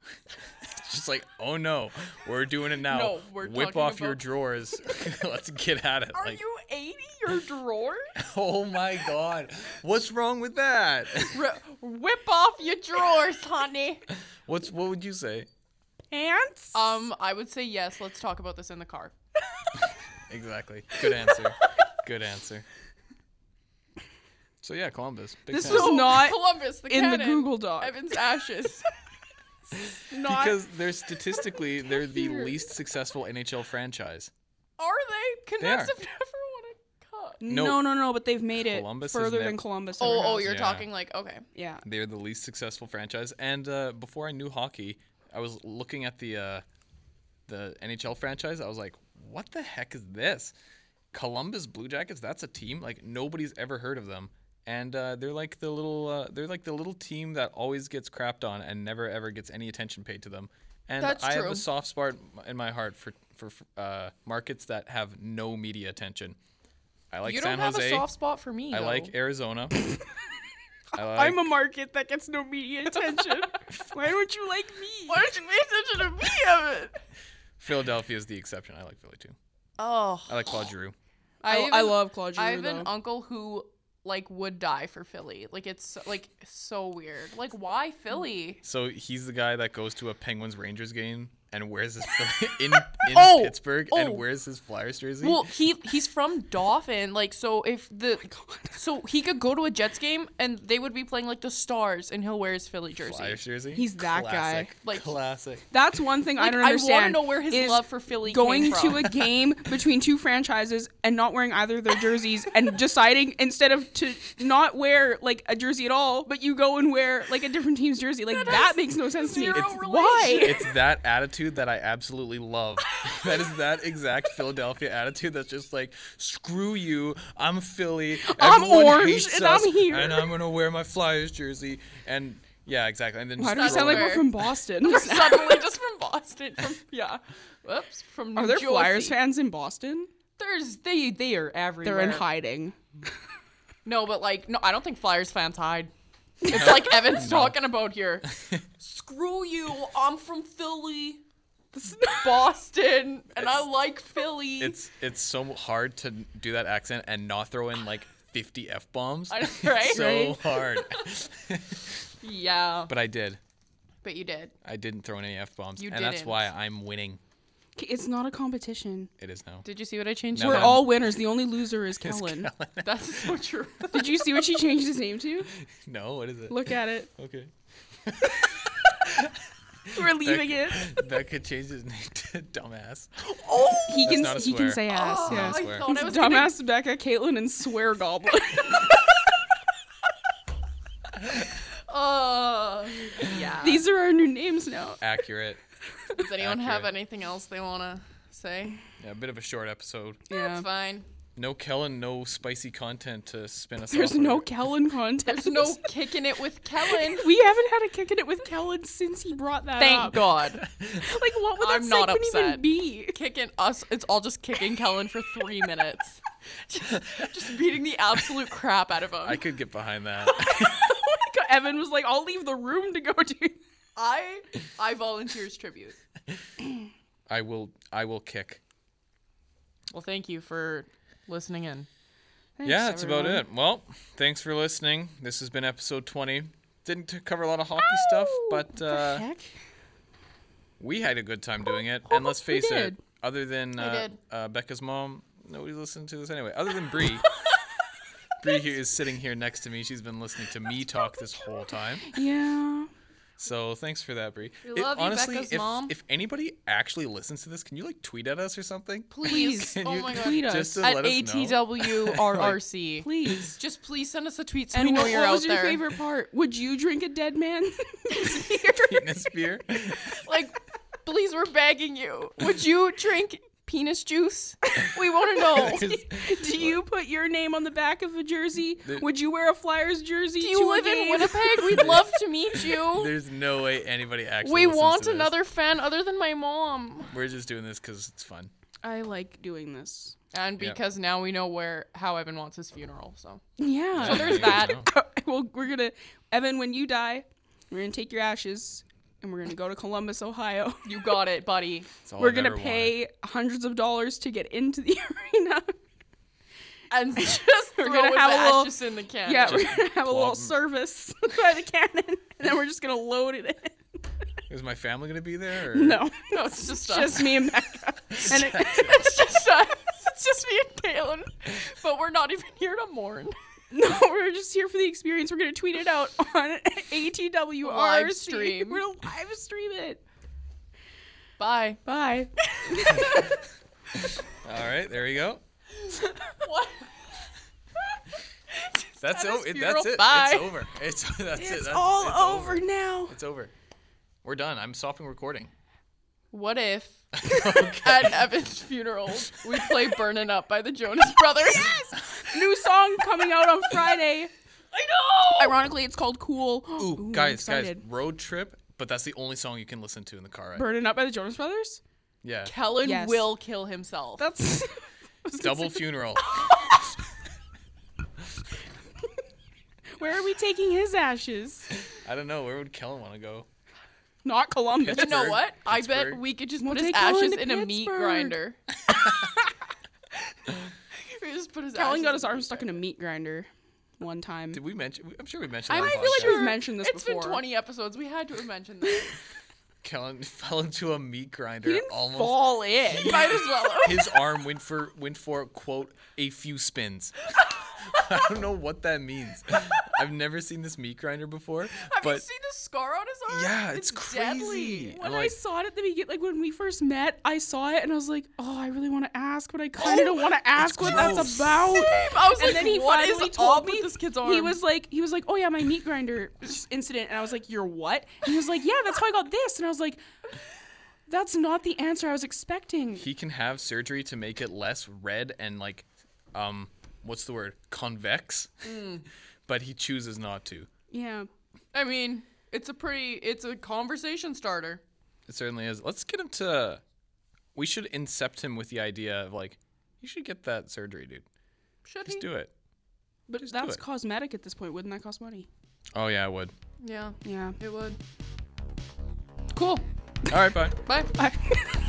Speaker 2: It's Just like, oh no, we're doing it now.
Speaker 1: No, we're
Speaker 2: Whip
Speaker 1: talking
Speaker 2: off your
Speaker 1: about-
Speaker 2: drawers. [LAUGHS] Let's get at it.
Speaker 1: Are
Speaker 2: like,
Speaker 1: you 80? Your drawer?
Speaker 2: [LAUGHS] oh my god, what's wrong with that? [LAUGHS]
Speaker 1: R- whip off your drawers, [LAUGHS] honey.
Speaker 2: What's what would you say?
Speaker 3: Pants.
Speaker 1: Um, I would say yes. Let's talk about this in the car.
Speaker 2: Exactly. Good answer. Good answer. So yeah, Columbus. Big
Speaker 3: This
Speaker 2: town.
Speaker 3: was not
Speaker 1: Columbus, the
Speaker 3: in the
Speaker 1: cannon,
Speaker 3: Google Doc.
Speaker 1: Evan's [LAUGHS] ashes.
Speaker 3: Not
Speaker 2: because they're statistically
Speaker 1: [LAUGHS]
Speaker 2: they're the least successful NHL franchise.
Speaker 1: Are they?
Speaker 2: are.
Speaker 1: Canucks have never won a cup.
Speaker 3: no.
Speaker 2: No.
Speaker 3: no, no, But they've made it
Speaker 2: Columbus has
Speaker 3: further
Speaker 2: nev-
Speaker 3: than Columbus.
Speaker 1: Oh,
Speaker 3: ever
Speaker 1: oh,
Speaker 3: has.
Speaker 1: you're
Speaker 2: Yeah.
Speaker 1: talking like okay.
Speaker 3: yeah.
Speaker 2: They're the least successful franchise. And uh, before I knew hockey, I was looking at the uh, the NHL franchise. I was like, what the heck is this? Columbus Blue Jackets. That's a team like nobody's ever heard of them. And uh, they're like the little uh, they're like the little team that always gets crapped on and never ever gets any attention paid to them. And
Speaker 1: That's
Speaker 2: I have
Speaker 1: true.
Speaker 2: a soft spot in my heart for for uh, markets that have no media attention. I like
Speaker 1: you
Speaker 2: San
Speaker 1: don't have
Speaker 2: Jose.
Speaker 1: a soft spot for me. [LAUGHS]
Speaker 2: I
Speaker 1: though.
Speaker 2: like Arizona. I like,
Speaker 3: [LAUGHS] I'm a market that gets no media attention. Why don't you like me?
Speaker 1: Why don't you pay attention to me, Evan?
Speaker 2: Philadelphia is the exception. I like Philly too.
Speaker 1: Oh,
Speaker 2: I like Claude Giroux.
Speaker 3: I,
Speaker 1: have
Speaker 3: I
Speaker 1: an-
Speaker 3: love Claude Giroux,
Speaker 1: I have an
Speaker 3: though.
Speaker 1: uncle who like would die for Philly. Like it's so- like so weird. Like why Philly?
Speaker 2: So he's the guy that goes to a Penguins Rangers game and wears his Philly [LAUGHS] in, in
Speaker 1: Oh!
Speaker 2: Pittsburgh
Speaker 1: Oh!
Speaker 2: and wears his Flyers jersey.
Speaker 1: Well, he he's from Dauphin, like so if
Speaker 3: Oh
Speaker 1: the so he could go to a Jets game and they would be playing like the Stars and he'll wear his Philly jersey.
Speaker 2: Flyers jersey.
Speaker 3: He's that guy.
Speaker 2: Classic.
Speaker 1: Like-
Speaker 2: classic.
Speaker 3: [LAUGHS] That's one thing I
Speaker 1: Like,
Speaker 3: don't
Speaker 1: I
Speaker 3: understand.
Speaker 1: wanna know where his
Speaker 3: is
Speaker 1: love for Philly
Speaker 3: going
Speaker 1: came from. [LAUGHS]
Speaker 3: to a game between two franchises and not wearing either of their jerseys and deciding instead of to not wear like a jersey at all, but you go and wear like a different team's jersey. Like that, makes no sense to me.
Speaker 1: zero
Speaker 3: Why?
Speaker 1: relation.
Speaker 2: It's that attitude that I absolutely love. [LAUGHS] that is that exact Philadelphia attitude that's just like, screw you, I'm Philly.
Speaker 3: I'm
Speaker 2: everyone
Speaker 3: orange,
Speaker 2: hates
Speaker 3: and I'm
Speaker 2: us,
Speaker 3: here."
Speaker 2: And I'm gonna wear my Flyers jersey. And yeah, exactly. And then just
Speaker 3: Why do we
Speaker 1: That's
Speaker 2: throw
Speaker 3: sound like
Speaker 2: it-
Speaker 3: we're
Speaker 1: weird.
Speaker 3: from Boston?
Speaker 1: Suddenly just from Boston. From
Speaker 3: yeah.
Speaker 1: whoops, from New
Speaker 3: [LAUGHS] Are there
Speaker 1: Jersey.
Speaker 3: Flyers fans in Boston?
Speaker 1: There's they they are everywhere.
Speaker 3: They're in hiding.
Speaker 1: No, but like, no, I don't think Flyers fans hide. It's like Evan's talking about here. Screw you! I'm from Philly, [LAUGHS] Boston, and I like Philly.
Speaker 2: it's it's so hard to do that accent and not throw in like 50 f bombs. [LAUGHS]
Speaker 1: I know, [LAUGHS] [LAUGHS] right?
Speaker 2: so hard.
Speaker 1: yeah, but,
Speaker 2: but I did.
Speaker 1: you did.
Speaker 2: I didn't throw in any f bombs,
Speaker 1: You
Speaker 2: and that's
Speaker 1: didn't.
Speaker 2: why I'm winning.
Speaker 3: It's not a competition.
Speaker 2: It is now.
Speaker 1: Did you see what I changed?
Speaker 2: No.
Speaker 1: it
Speaker 3: We're
Speaker 1: to?
Speaker 2: Um,
Speaker 3: all winners. The only loser is
Speaker 2: [LAUGHS] It's
Speaker 3: Kellen.
Speaker 2: Kellen.
Speaker 1: [LAUGHS] That's so true.
Speaker 3: Did you see what she changed his name to?
Speaker 2: [LAUGHS] no, what is it?
Speaker 3: Look at it.
Speaker 2: Okay.
Speaker 3: [LAUGHS] We're leaving it.
Speaker 2: That could change his [LAUGHS] name to dumbass.
Speaker 3: He
Speaker 2: That's
Speaker 3: can
Speaker 2: not a
Speaker 3: he can
Speaker 2: swear.
Speaker 3: say ass.
Speaker 1: Oh,
Speaker 3: yes.
Speaker 1: I
Speaker 2: Swear.
Speaker 1: thought I
Speaker 3: [LAUGHS]
Speaker 1: was gonna-
Speaker 3: Dumbass Becca, Caitlin, and Swear Goblin.
Speaker 1: Uh, yeah.
Speaker 3: These are our new
Speaker 1: [LAUGHS]
Speaker 3: names now.
Speaker 2: Accurate.
Speaker 1: Does anyone have
Speaker 2: accurate.
Speaker 1: anything else they wanna say?
Speaker 2: Yeah, a bit of a short episode.
Speaker 1: That's fine.
Speaker 2: No Kellen, no spicy content to spin us
Speaker 3: There's
Speaker 2: off. [LAUGHS]
Speaker 3: no
Speaker 2: with.
Speaker 3: Kellen content.
Speaker 1: There's no kicking it with Kellen.
Speaker 3: We haven't had a kick in it with Kellen since he brought that
Speaker 1: Thank
Speaker 3: up.
Speaker 1: God.
Speaker 3: Like, what would that
Speaker 1: I'm not
Speaker 3: segment even
Speaker 1: upset.
Speaker 3: be? [LAUGHS]
Speaker 1: kicking us. It's all just kicking Kellen for three
Speaker 2: [LAUGHS]
Speaker 1: minutes. Just, just beating the absolute crap out of him.
Speaker 2: I
Speaker 1: I,
Speaker 2: could get behind
Speaker 1: [LAUGHS]
Speaker 2: that.
Speaker 3: Evan was like, "I'll leave the room to go do."
Speaker 1: I, volunteers tribute.
Speaker 2: I will. I will kick.
Speaker 1: Well, thank you for listening in.
Speaker 2: [LAUGHS] yeah, that's about it. Well, thanks for listening. This has been episode 20. Didn't t- cover a lot of hockey
Speaker 1: Oh,
Speaker 2: stuff, but uh, [LAUGHS]
Speaker 3: heck?
Speaker 2: we had a good time doing it.
Speaker 1: Oh,
Speaker 2: And let's
Speaker 3: We
Speaker 2: face it,
Speaker 3: did.
Speaker 2: other than uh,
Speaker 1: did.
Speaker 2: uh, Becca's mom, nobody's listening to this anyway. Other than
Speaker 1: [LAUGHS]
Speaker 2: Bree. Bree here is sitting here next to me. She's been listening to me talk this whole time.
Speaker 3: Yeah.
Speaker 2: So thanks for that, Bree.
Speaker 1: We love you,
Speaker 2: honestly,
Speaker 1: Becca's
Speaker 2: if,
Speaker 1: mom.
Speaker 2: if anybody actually listens to this, can you like tweet at us or something? [LAUGHS]
Speaker 1: Please.
Speaker 2: Can
Speaker 1: oh
Speaker 2: you
Speaker 1: my God.
Speaker 3: Tweet us.
Speaker 2: Just to
Speaker 1: At
Speaker 2: let us know.
Speaker 1: ATWRRC.
Speaker 2: [LAUGHS]
Speaker 3: Please.
Speaker 1: Just please send us a tweet so
Speaker 3: And
Speaker 1: we know
Speaker 3: what
Speaker 1: you're out
Speaker 3: was your
Speaker 1: there. [LAUGHS]
Speaker 3: favorite part? Would you drink a dead man? [LAUGHS]
Speaker 2: Penis
Speaker 1: [LAUGHS]
Speaker 2: beer.
Speaker 1: Like, please, we're begging you. Would you drink penis juice? We want
Speaker 2: [LAUGHS]
Speaker 1: to know.
Speaker 2: Just-
Speaker 3: Do you put your name on the back of a jersey?
Speaker 2: The-
Speaker 3: Would you wear a Flyers jersey?
Speaker 1: Do
Speaker 3: to
Speaker 1: you
Speaker 3: a
Speaker 1: live in
Speaker 3: game?
Speaker 1: Winnipeg? We'd love to
Speaker 2: [LAUGHS]
Speaker 1: meet you.
Speaker 2: [LAUGHS] There's no way anybody actually.
Speaker 1: We
Speaker 2: listens
Speaker 1: want
Speaker 2: to this.
Speaker 1: another fan other than my mom.
Speaker 2: We're just doing this because it's fun.
Speaker 3: I like doing this.
Speaker 1: And
Speaker 2: Yeah.
Speaker 1: because now we know where how Evan wants his funeral, so
Speaker 3: Yeah.
Speaker 1: So there's
Speaker 2: you
Speaker 1: that.
Speaker 2: go.
Speaker 3: [LAUGHS] well, we're gonna, Evan. When you die, we're gonna take your ashes and we're gonna go to Columbus, Ohio.
Speaker 1: you got it, buddy.
Speaker 2: It's all
Speaker 3: we're
Speaker 2: I've
Speaker 3: gonna
Speaker 2: ever wanted.
Speaker 3: pay hundreds of dollars to get into the [LAUGHS] arena.
Speaker 1: [LAUGHS] [LAUGHS] And just
Speaker 3: We're
Speaker 1: throw
Speaker 3: gonna
Speaker 1: his
Speaker 3: have a little-
Speaker 1: ashes in the can.
Speaker 3: yeah, we're
Speaker 2: Just
Speaker 3: gonna have a little
Speaker 2: plop 'em.
Speaker 3: service [LAUGHS] by the cannon, and then we're just gonna load it in.
Speaker 2: Is my family gonna be there? Or?
Speaker 3: [LAUGHS] No,
Speaker 1: [LAUGHS] no, it's just us.
Speaker 3: just me and Becca. And it,
Speaker 1: it's [LAUGHS] just us. It's just me and Taylor. But we're not even here to mourn.
Speaker 3: no, we're just here for the experience. We're gonna tweet it out [LAUGHS] on ATWRC.
Speaker 1: Live stream.
Speaker 3: We're gonna live stream it.
Speaker 1: Bye.
Speaker 3: Bye.
Speaker 2: [LAUGHS]
Speaker 3: [LAUGHS]
Speaker 2: All right, there you go.
Speaker 1: What?
Speaker 2: That's
Speaker 1: At his
Speaker 2: over. It,
Speaker 1: funeral.
Speaker 2: that's it.
Speaker 1: Bye.
Speaker 2: It's over. It's [LAUGHS] that's it.
Speaker 3: It's
Speaker 2: That's,
Speaker 3: all
Speaker 2: it's
Speaker 3: over, now.
Speaker 2: It's over. We're done. I'm stopping
Speaker 3: [LAUGHS]
Speaker 2: recording.
Speaker 1: What if
Speaker 2: [LAUGHS]
Speaker 1: at Evan's funeral we play "Burning Up" by the Jonas Brothers?
Speaker 3: New song coming out on Friday.
Speaker 1: I know.
Speaker 3: Ironically, it's called Cool.
Speaker 2: Ooh,
Speaker 3: I'm
Speaker 2: guys, guys,
Speaker 3: excited.
Speaker 2: road trip. But that's the only song you can listen to in the car ride.
Speaker 3: Burning Up by the Jonas Brothers?
Speaker 2: yeah.
Speaker 1: Kellen
Speaker 3: Yes.
Speaker 1: will kill himself.
Speaker 2: [LAUGHS]
Speaker 3: That's. [LAUGHS]
Speaker 2: Double funeral.
Speaker 3: Where are we taking his ashes?
Speaker 2: I don't know. Where would Kellen want to go?
Speaker 3: Not Columbus.
Speaker 1: You know
Speaker 2: Pittsburgh.
Speaker 1: what? I bet
Speaker 2: Pittsburgh.
Speaker 1: we could just
Speaker 3: We'll
Speaker 1: put his
Speaker 3: take Ellen
Speaker 1: ashes
Speaker 3: to
Speaker 1: in a meat
Speaker 3: Pittsburgh. [LAUGHS]
Speaker 1: grinder. [LAUGHS] we just put his
Speaker 3: Alan
Speaker 1: ashes
Speaker 3: got his
Speaker 1: in a
Speaker 3: arm
Speaker 1: meat
Speaker 3: stuck in a meat grinder one time.
Speaker 2: Did we mention? I'm sure we mentioned.
Speaker 1: grinder.
Speaker 2: that
Speaker 1: I'm
Speaker 2: on
Speaker 1: feel like
Speaker 2: podcast.
Speaker 3: we've mentioned this
Speaker 1: It's been
Speaker 3: before.
Speaker 1: 20 episodes. We had to have mentioned this.
Speaker 3: [LAUGHS]
Speaker 2: Kellen [LAUGHS] fell into a meat grinder.
Speaker 3: he didn't
Speaker 2: almost. [LAUGHS]
Speaker 3: fall in.
Speaker 1: Might as
Speaker 3: [LAUGHS]
Speaker 1: well. [LAUGHS]
Speaker 2: His arm went for went for quote a few spins. [LAUGHS] I don't know what that means. I've never seen this meat grinder before,
Speaker 1: Have
Speaker 2: but
Speaker 1: you seen the scar on his arm?
Speaker 2: yeah, it's,
Speaker 1: deadly.
Speaker 2: crazy.
Speaker 3: When
Speaker 2: I'm
Speaker 3: I
Speaker 2: like,
Speaker 3: saw it at the beginning, like when we first met, I saw it and I was like, "Oh, I really want to ask, but I kind of don't want to ask what that's
Speaker 2: Oh, gross.
Speaker 3: about."
Speaker 1: I was
Speaker 3: And
Speaker 1: like,
Speaker 3: then he
Speaker 1: [LAUGHS] what is
Speaker 3: finally
Speaker 1: up
Speaker 3: told
Speaker 1: with
Speaker 3: me
Speaker 1: this kid's arm?
Speaker 3: He was like, he was like, "Oh yeah, my meat grinder incident," and I was like, "Your what?" And he was like, "Yeah, that's how I got this," and I was like, "That's not the answer I was expecting."
Speaker 2: he can have surgery to make it less red and like, um, what's the word? Convex.
Speaker 1: Mm.
Speaker 2: [LAUGHS] but he chooses not to.
Speaker 3: Yeah,
Speaker 1: I mean, it's a pretty, it's a conversation starter.
Speaker 2: It certainly is. Let's get him to. We should incept him with the idea of like, you should get that surgery, dude.
Speaker 1: Should
Speaker 2: Just
Speaker 1: he?
Speaker 2: do it.
Speaker 3: but
Speaker 2: Just do
Speaker 3: that's
Speaker 2: it.
Speaker 3: cosmetic at this point. Wouldn't that cost money?
Speaker 2: Oh yeah, I would.
Speaker 1: Yeah,
Speaker 3: Yeah.
Speaker 1: it would. Cool.
Speaker 3: [LAUGHS]
Speaker 2: All right, bye.
Speaker 1: Bye.
Speaker 3: I-